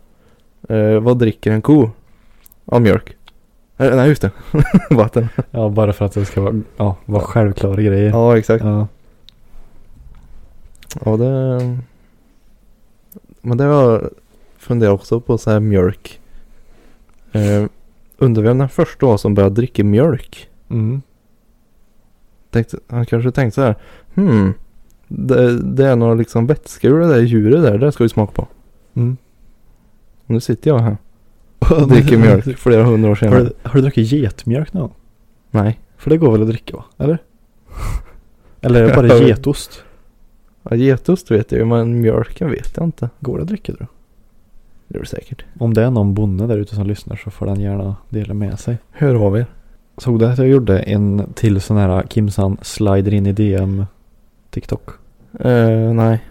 Speaker 3: Eh, vad dricker en ko? Ja, mjölk. Eh, nej, just det. Vatten.
Speaker 2: Ja, bara för att det ska vara, ja, vara självklara grejer.
Speaker 3: Ja, exakt.
Speaker 2: Ja.
Speaker 3: Ja, det... Men det har jag funderat också på så här mjölk. Eh, undrar vem den första var som började dricka mjölk?
Speaker 2: Mm.
Speaker 3: Tänkte, han kanske tänkte så här. Hmm. Det, det är några liksom vätska ur det där djuret där. Det ska vi smaka på.
Speaker 2: Mm.
Speaker 3: Och nu sitter jag här. och Dricker mjölk flera hundra år
Speaker 2: Har
Speaker 3: senare.
Speaker 2: du, har du druckit getmjölk någon gång?
Speaker 3: Nej.
Speaker 2: För det går väl att dricka va? Eller? Eller är det bara
Speaker 3: Ja.
Speaker 2: getost?
Speaker 3: Ja, getost vet jag ju men mjölken vet jag inte.
Speaker 2: Går det att dricka tror
Speaker 3: Det är det säkert.
Speaker 2: du? Om det är någon bonde där ute som lyssnar så får han gärna dela med sig.
Speaker 3: Hör av er.
Speaker 2: Såg du att jag gjorde en till sån här Kimsan slider in i DM TikTok?
Speaker 3: Eh, nej.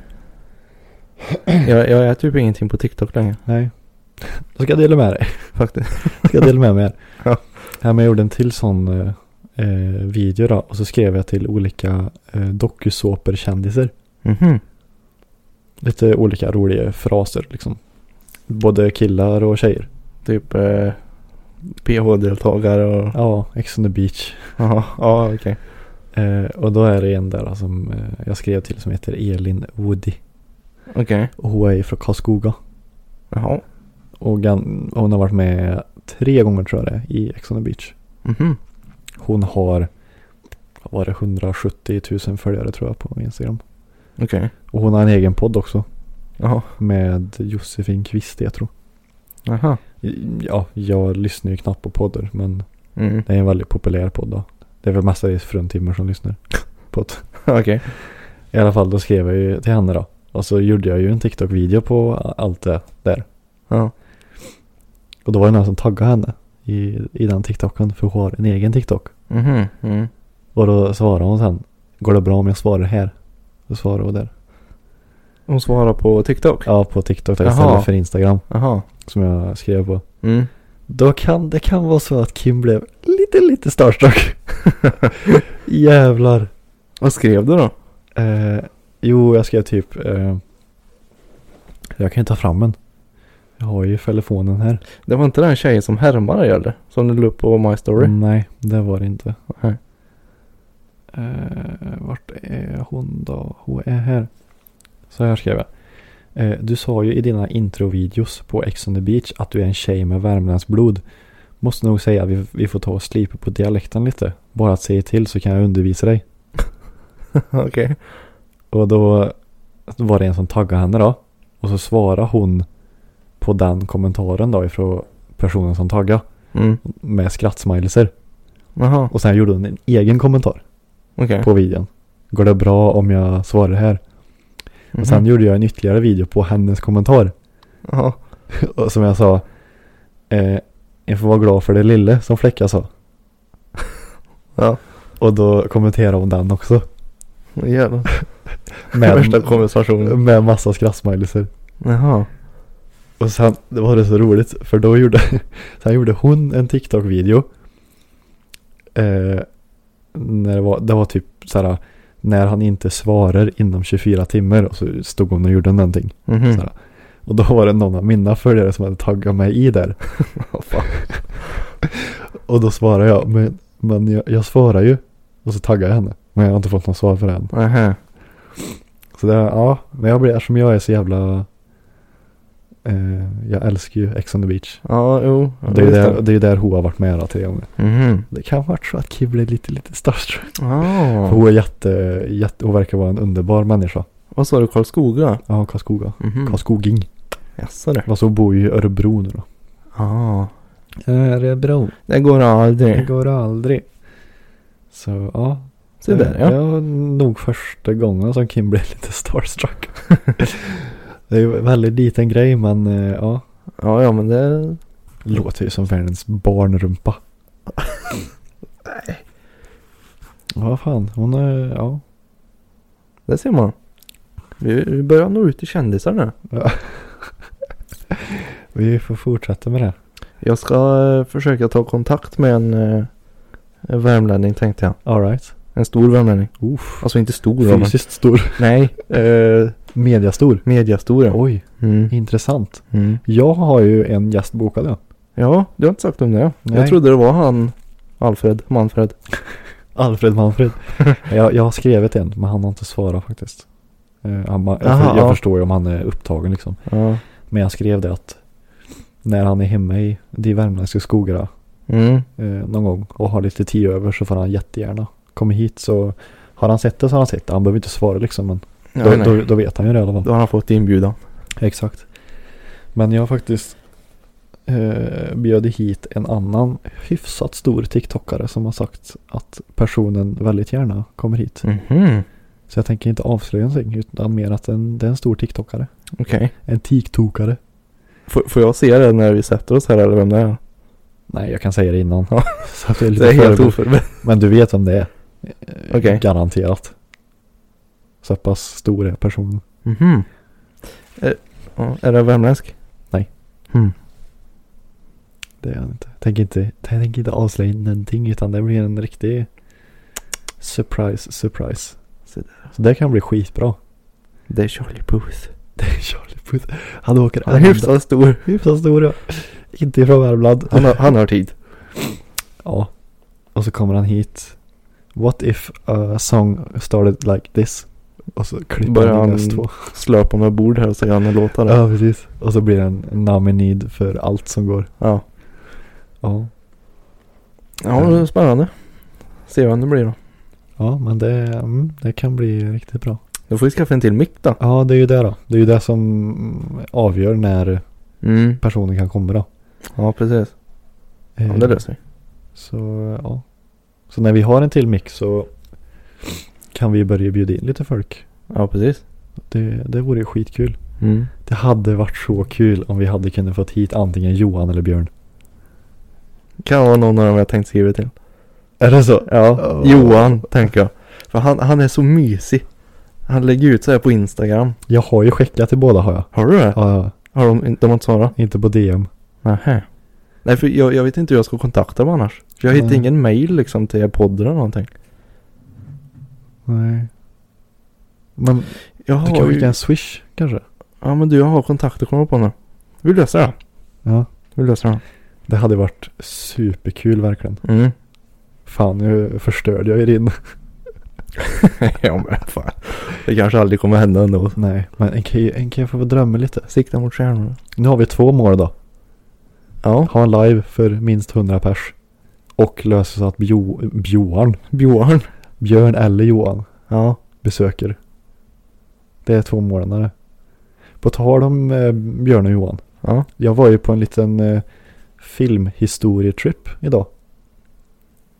Speaker 3: Jag, jag är typ ingenting på TikTok längre.
Speaker 2: Nej. Då ska jag dela med dig.
Speaker 3: Faktiskt.
Speaker 2: Ska jag dela med mig här.
Speaker 3: Ja.
Speaker 2: Ja, men jag gjorde en till sån eh, eh, video då. Och så skrev jag till olika eh, dokusåper-kändisar.
Speaker 3: Mhm.
Speaker 2: Lite olika roliga fraser liksom. Både killar och tjejer.
Speaker 3: Typ eh, PH-deltagare och...
Speaker 2: Ja, Ex on the beach.
Speaker 3: Ja, ja okej.
Speaker 2: Eh, och då är det en där som eh, jag skrev till som heter Elin Woody.
Speaker 3: Okej.
Speaker 2: Och hon är ju från Karlskoga.
Speaker 3: Jaha.
Speaker 2: Och gan- hon har varit med tre gånger tror jag det är, i Ex on the beach.
Speaker 3: Mhm.
Speaker 2: Hon har, vad var det 170 000 följare tror jag på Instagram.
Speaker 3: Okej.
Speaker 2: Och hon har en egen podd också
Speaker 3: Jaha.
Speaker 2: med Josefin Kvist jag tror.
Speaker 3: Jaha.
Speaker 2: Ja, jag lyssnar ju knappt på poddar men
Speaker 3: Mm.
Speaker 2: det är en väldigt populär podd då. Det är väl mestadels fruntimmer som lyssnar på det.
Speaker 3: Okej.
Speaker 2: I alla fall då skrev jag ju till henne då. Och så gjorde jag ju en TikTok-video på allt det där.
Speaker 3: Ja.
Speaker 2: Och då var det någon som taggade henne i, i den TikToken för hon har en egen TikTok.
Speaker 3: Mhm. Mm.
Speaker 2: Och då svarade hon sen. Går det bra om jag svarar här? Då svarade hon där.
Speaker 3: Hon svarar på TikTok?
Speaker 2: Ja, på TikTok där
Speaker 3: Jaha.
Speaker 2: istället för Instagram
Speaker 3: Jaha.
Speaker 2: som jag skrev på.
Speaker 3: Mm.
Speaker 2: Då kan det kan vara så att Kim blev lite, lite starstruck. Jävlar.
Speaker 3: Vad skrev du då?
Speaker 2: Eh, jo, jag skrev typ. Eh, jag kan ju ta fram en. Jag har ju telefonen här.
Speaker 3: Det var inte den tjejen som härmar dig eller? Som du la upp på My Story?
Speaker 2: Nej, det var det inte.
Speaker 3: Nej.
Speaker 2: Eh, vart är hon då? Hon är här. Så här skrev jag. Eh, du sa ju i dina introvideos på Ex on the beach att du är en tjej med värmländskt blod. Måste nog säga att vi, vi får ta och slipa på dialekten lite. Bara att säga till så kan jag undervisa dig.
Speaker 3: Okej.
Speaker 2: Och då var det en som taggade henne då. Och så svarade hon på den kommentaren då ifrån personen som taggade.
Speaker 3: Mm.
Speaker 2: Med skrattsmileyser.
Speaker 3: Jaha.
Speaker 2: Och sen gjorde hon en egen kommentar.
Speaker 3: Okej.
Speaker 2: på videon. Går det bra om jag svarar här?
Speaker 3: Mhm.
Speaker 2: Och sen gjorde jag en ytterligare video på hennes kommentar.
Speaker 3: Jaha.
Speaker 2: Och som jag sa, eh, jag får vara glad för det lille som Fläcka sa.
Speaker 3: Ja.
Speaker 2: Och då kommenterade hon den också.
Speaker 3: Jävlar. Värsta
Speaker 2: Med,
Speaker 3: konversationen.
Speaker 2: med massa skrattsmileyser.
Speaker 3: Jaha.
Speaker 2: Och sen det var det så roligt för då gjorde, sen gjorde hon en TikTok-video. Eh, när det, var, det var typ såhär, när han inte svarar inom 24 timmar och så stod hon och gjorde någonting.
Speaker 3: Mhm.
Speaker 2: Sådär. Och då var det någon av mina följare som hade taggat mig i där.
Speaker 3: Åh, fan.
Speaker 2: Och då svarade jag, men, men jag, jag svarar ju. Och så taggade jag henne. Men jag har inte fått något svar för det än.
Speaker 3: Nähä.
Speaker 2: Så det, ja, men jag blir, eftersom jag är så jävla... Eh, jag älskar ju Ex on the beach.
Speaker 3: Ja, jo.
Speaker 2: Och Det är ju där, det är ju där hon har varit med då, tre gånger.
Speaker 3: Mhm.
Speaker 2: Det kan ha varit så att Kim blev lite, lite starstruck.
Speaker 3: Ja.
Speaker 2: Hon är jätte, jätte, hon verkar vara en underbar människa.
Speaker 3: Vad sa du? Karlskoga?
Speaker 2: Ja, Karlskoga.
Speaker 3: Mhm.
Speaker 2: Karlskoging.
Speaker 3: Jaså du.
Speaker 2: Fast hon bor ju i Örebro nu då.
Speaker 3: Ja.
Speaker 2: Örebro.
Speaker 3: Det går
Speaker 2: Det
Speaker 3: aldrig.
Speaker 2: går aldrig. Så ja.
Speaker 3: Se där
Speaker 2: Det
Speaker 3: ja.
Speaker 2: var nog första gången som Kim blev lite starstruck. det är ju en väldigt liten grej men eh, ja.
Speaker 3: Ja, ja men det...
Speaker 2: Låter ju som världens barnrumpa. Nej. Vad fan, hon är, ja.
Speaker 3: Det ser man. Vi vi börjar nå ut till kändisar nu.
Speaker 2: Vi får fortsätta med det.
Speaker 3: Jag ska eh, försöka ta kontakt med en eh, en värmlänning tänkte jag.
Speaker 2: Alright.
Speaker 3: En stor värmlänning.
Speaker 2: Uff.
Speaker 3: Alltså inte stor då, men...
Speaker 2: Fysiskt stor.
Speaker 3: Nej. Eh,
Speaker 2: Mediastor.
Speaker 3: mediastor ja.
Speaker 2: Oj,
Speaker 3: Mm.
Speaker 2: intressant.
Speaker 3: Mm.
Speaker 2: Jag har ju en gäst bokad ja.
Speaker 3: Ja, du har inte sagt om det.
Speaker 2: Nej.
Speaker 3: Jag trodde det var han Alfred, Manfred.
Speaker 2: Alfred Manfred. jag, jag har skrivit en men han har inte svarat faktiskt. Eh, han, bara- jag,
Speaker 3: Aha,
Speaker 2: för, jag
Speaker 3: ja.
Speaker 2: förstår ju om han är upptagen liksom.
Speaker 3: Ja.
Speaker 2: Men jag skrev det att när han är hemma i de värmländska skogarna
Speaker 3: Mm.
Speaker 2: eh, någon gång och har lite tid över så får han jättegärna komma hit så har han sett det så har han sett det. Han behöver inte svara liksom men
Speaker 3: Ja,
Speaker 2: då,
Speaker 3: nej.
Speaker 2: då, då vet han ju det i alla fall.
Speaker 3: Då har han fått inbjudan.
Speaker 2: Exakt. Men jag har faktiskt eh, bjöd hit en annan hyfsat stor TikTokare som har sagt att personen väldigt gärna kommer hit.
Speaker 3: Mhm.
Speaker 2: Så jag tänker inte avslöja någonting utan mer att en, det är en stor TikTokare.
Speaker 3: Okej.
Speaker 2: En TikTokare.
Speaker 3: Får, får jag se det när vi sätter oss här eller vem det är?
Speaker 2: Nej, jag kan säga det innan.
Speaker 3: Ja.
Speaker 2: så att det är lite
Speaker 3: Det är helt
Speaker 2: förberett.
Speaker 3: oförberett.
Speaker 2: Men du vet vem det är. Eh,
Speaker 3: Okej.
Speaker 2: Garanterat. Så pass stor är personen.
Speaker 3: Mhm. Eh, Är, ja, är det värmländsk?
Speaker 2: Nej.
Speaker 3: Mm.
Speaker 2: Det är han inte. Tänk inte, tänk inte avslöja någonting utan det blir en riktig surprise, surprise.
Speaker 3: Så
Speaker 2: Så det kan bli skitbra.
Speaker 3: Det är Charlie Puth.
Speaker 2: Det är Charlie Puth. Han åker
Speaker 3: Han är hyfsat stor.
Speaker 2: hyfsat stor. ja. Inte ifrån Värmland.
Speaker 3: Han har, han har tid.
Speaker 2: Ja. Och så kommer han hit. What if a song started like this? Och så klipper
Speaker 3: Börjar
Speaker 2: han in
Speaker 3: han-
Speaker 2: S2.
Speaker 3: Slår på några bord här och så gör han en låt här.
Speaker 2: Ja, precis. Och så blir han nominid för allt som går.
Speaker 3: Ja.
Speaker 2: Ja.
Speaker 3: Ja, det är spännande. Se vad det blir då.
Speaker 2: Ja, men det, mm, det kan bli riktigt bra.
Speaker 3: Då får vi skaffa en till mick då.
Speaker 2: Ja, det är ju det då. Det är ju det som mm, avgör när
Speaker 3: Mm.
Speaker 2: personen kan komma då.
Speaker 3: Ja, precis. Ja,
Speaker 2: Eh,
Speaker 3: det löser vi.
Speaker 2: Så ja. Så när vi har en till mix så kan vi börja bjuda in lite folk.
Speaker 3: Ja, precis.
Speaker 2: Det, det vore ju skitkul.
Speaker 3: Mm.
Speaker 2: Det hade varit så kul om vi hade kunnat fått hit antingen Johan eller Björn.
Speaker 3: Kan vara någon av dem jag tänkt skriva till.
Speaker 2: Är det så?
Speaker 3: Ja,
Speaker 2: Ja.
Speaker 3: Johan tänker jag. För han, han är så mysig. Han lägger ut så här på Instagram.
Speaker 2: Jag har ju skickat till båda har jag.
Speaker 3: Har du det?
Speaker 2: Ja, ja.
Speaker 3: Har de, de har inte svarat?
Speaker 2: inte på DM.
Speaker 3: Nähä. Nej, för jag, jag vet inte hur jag ska kontakta dem annars. För jag hittar
Speaker 2: Nej.
Speaker 3: ingen mail liksom till er podd eller någonting.
Speaker 2: Nej. Men
Speaker 3: Jag
Speaker 2: du kan
Speaker 3: har
Speaker 2: skicka
Speaker 3: ju...
Speaker 2: en swish kanske?
Speaker 3: Ja, men du, jag har kontakter kommer jag på nu. Vi löser det.
Speaker 2: Ja.
Speaker 3: Vi löser det.
Speaker 2: Det hade varit superkul verkligen.
Speaker 3: Mm.
Speaker 2: Fan, nu förstörde jag ju din.
Speaker 3: ja, men fan. Det kanske aldrig kommer hända ändå.
Speaker 2: Nej, men en kan, ju- en kan jag få drömma lite.
Speaker 3: Sikta mot stjärnorna.
Speaker 2: Nu har vi två mål då.
Speaker 3: Ja.
Speaker 2: Ha en live för minst 100 pers. Och lösa så att Bjo, Björn,
Speaker 3: Björn.
Speaker 2: Björn eller Johan
Speaker 3: Ja.
Speaker 2: besöker. Det är två mål där. På tal om eh, Björn och Johan.
Speaker 3: Ja.
Speaker 2: Jag var ju på en liten eh, filmhistorietrip idag.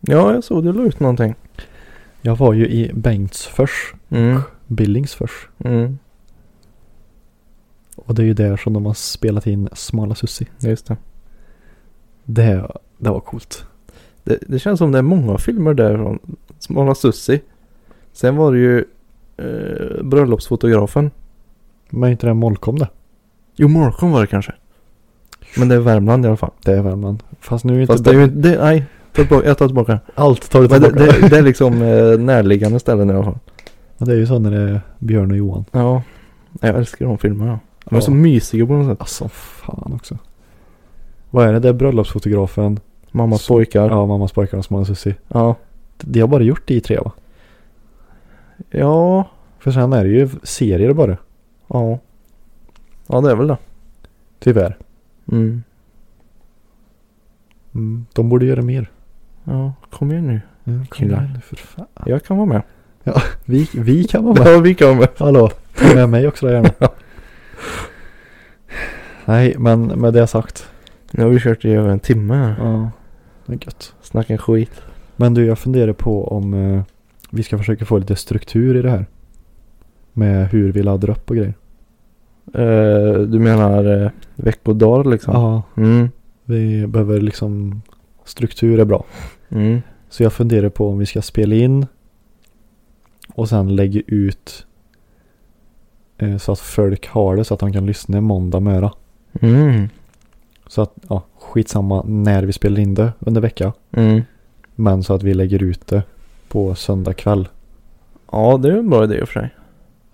Speaker 3: Ja, jag såg du la ut någonting.
Speaker 2: Jag var ju i Bengtsfors,
Speaker 3: Mm.
Speaker 2: Billingsfors.
Speaker 3: Mm.
Speaker 2: Och det är ju där som de har spelat in Smala Sussi.
Speaker 3: Just det.
Speaker 2: Det, det var coolt.
Speaker 3: det. Det känns som det är många filmer därifrån. Smala Sussi. Sen var det ju eh, bröllopsfotografen.
Speaker 2: Men inte det Molkom det?
Speaker 3: Jo, Morcom var det kanske. Men det är Värmland i alla fall.
Speaker 2: Det är Värmland. Fast nu är inte
Speaker 3: Fast det är ju inte, det, nej. Ta tillbaka, jag tar tillbaka.
Speaker 2: allt tar du
Speaker 3: Men det,
Speaker 2: tillbaka. Det,
Speaker 3: det, det är liksom eh, närliggande ställen i alla fall.
Speaker 2: det är ju så när det är Björn och Johan.
Speaker 3: Ja. Jag älskar de filmerna. De är
Speaker 2: Ja.
Speaker 3: så mysiga på något sätt.
Speaker 2: Alltså fan också. Vad är det? Det är bröllopsfotografen.
Speaker 3: Mammas
Speaker 2: Så-
Speaker 3: pojkar. Ja.
Speaker 2: Ja, mammas pojkar och Smala Sussi.
Speaker 3: ja.
Speaker 2: Det har bara gjort det i tre va?
Speaker 3: Ja.
Speaker 2: För sen är det ju serier bara.
Speaker 3: Ja. Ja, det är väl det.
Speaker 2: Tyvärr.
Speaker 3: Mm.
Speaker 2: Mm. De borde göra mer.
Speaker 3: Ja, Mm, kom igen nu.
Speaker 2: Ja, kom
Speaker 3: Killar.
Speaker 2: igen nu, för fan.
Speaker 3: Jag kan vara med.
Speaker 2: Vi, vi kan vara med.
Speaker 3: Ja, vi kan vara med.
Speaker 2: Hallå, ta med mig också då gärna. Nej, men med det sagt.
Speaker 3: Nu har vi kört i över en timme här.
Speaker 2: Ja, det är gött.
Speaker 3: Snacka skit.
Speaker 2: Men du, jag funderar på om eh, vi ska försöka få lite struktur i det här. Med hur vi laddar upp och grejer.
Speaker 3: Eh, du menar uh, veckodagar liksom?
Speaker 2: Ja,
Speaker 3: Mm.
Speaker 2: vi behöver liksom struktur är bra.
Speaker 3: Mm.
Speaker 2: Så jag funderar på om vi ska spela in och sen lägga ut eh, så att folk har det så att de kan lyssna måndag möra.
Speaker 3: Mm.
Speaker 2: Så att, ja, skitsamma när vi spelar in det under vecka.
Speaker 3: Mm.
Speaker 2: Men så att vi lägger ut det på söndag kväll.
Speaker 3: Ja, det är en bra idé i och för sig.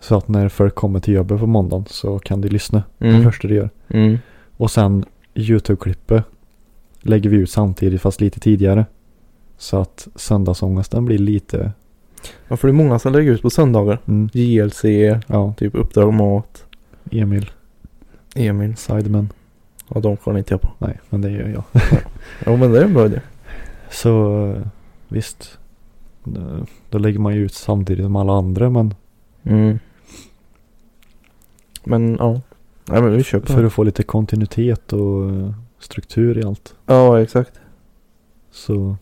Speaker 2: Så att när folk kommer till jobbet på måndagen så kan de lyssna. Det
Speaker 3: Mm.
Speaker 2: första de gör.
Speaker 3: Mm.
Speaker 2: Och sen YouTube-klippet lägger vi ut samtidigt fast lite tidigare. Så att söndagsångesten blir lite,
Speaker 3: Ja, för det är många som lägger ut på söndagar.
Speaker 2: mm,
Speaker 3: JLC,
Speaker 2: ja,
Speaker 3: typ Uppdrag Mat,
Speaker 2: Emil
Speaker 3: Emil.
Speaker 2: Sideman.
Speaker 3: Ja, de kollar inte jag på.
Speaker 2: Nej, men det gör jag.
Speaker 3: Ja, men det är en bra idé.
Speaker 2: Så eh, visst, eh, då lägger man ju ut samtidigt som alla andra men
Speaker 3: Mm. Men ja. Nej, men vi köper
Speaker 2: för
Speaker 3: det.
Speaker 2: att få lite kontinuitet och eh, struktur i allt.
Speaker 3: Ja, exakt.
Speaker 2: Så,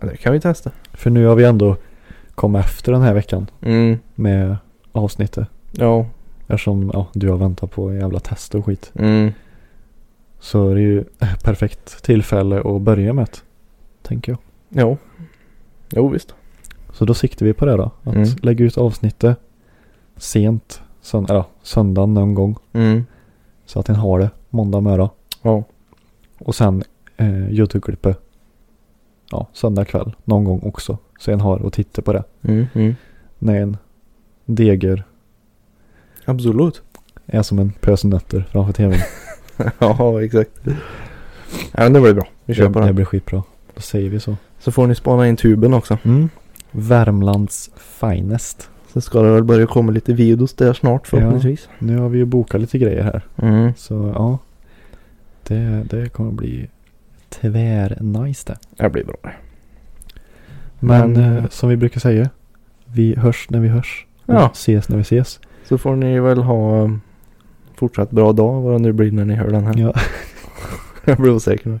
Speaker 3: Ja, det kan vi testa.
Speaker 2: för nu har vi ändå kommit efter den här veckan.
Speaker 3: Mm.
Speaker 2: med avsnittet.
Speaker 3: Ja.
Speaker 2: Eftersom ja, du har väntat på jävla test och skit.
Speaker 3: Mm.
Speaker 2: Så är det ju ett perfekt tillfälle att börja med ett, Tänker jag.
Speaker 3: Ja. Jo, visst.
Speaker 2: Så då siktar vi på det då. Att
Speaker 3: Mm.
Speaker 2: lägga ut avsnittet sent. Sön- eller, ja, söndagen någon gång.
Speaker 3: Mm.
Speaker 2: Så att den har det måndag morgon.
Speaker 3: Ja.
Speaker 2: Och sen eh, Youtube-klippet. Ja, söndag kväll någon gång också. Så en har att titta på det.
Speaker 3: Mm, mm.
Speaker 2: När en deger
Speaker 3: Absolut.
Speaker 2: är som en pöse nötter framför tvn.
Speaker 3: ja, exakt. Ja, men det blir bra. Vi kör på
Speaker 2: det, det
Speaker 3: den.
Speaker 2: blir skitbra. Då säger vi så.
Speaker 3: Så får ni spana in tuben också.
Speaker 2: Mm. Värmlands finest.
Speaker 3: Så ska det väl börja komma lite videos där snart förhoppningsvis.
Speaker 2: Nu har vi ju bokat lite grejer här.
Speaker 3: Mm.
Speaker 2: Så ja. Det, det kommer bli tvär-nice det.
Speaker 3: Det blir bra det.
Speaker 2: Men,
Speaker 3: Men,
Speaker 2: eh, som vi brukar säga. Vi hörs när vi hörs. Och
Speaker 3: Ja.
Speaker 2: ses när vi ses.
Speaker 3: Så får ni väl ha um, fortsatt bra dag vad det nu blir när ni hör den här.
Speaker 2: Ja.
Speaker 3: Jag blir osäker nu.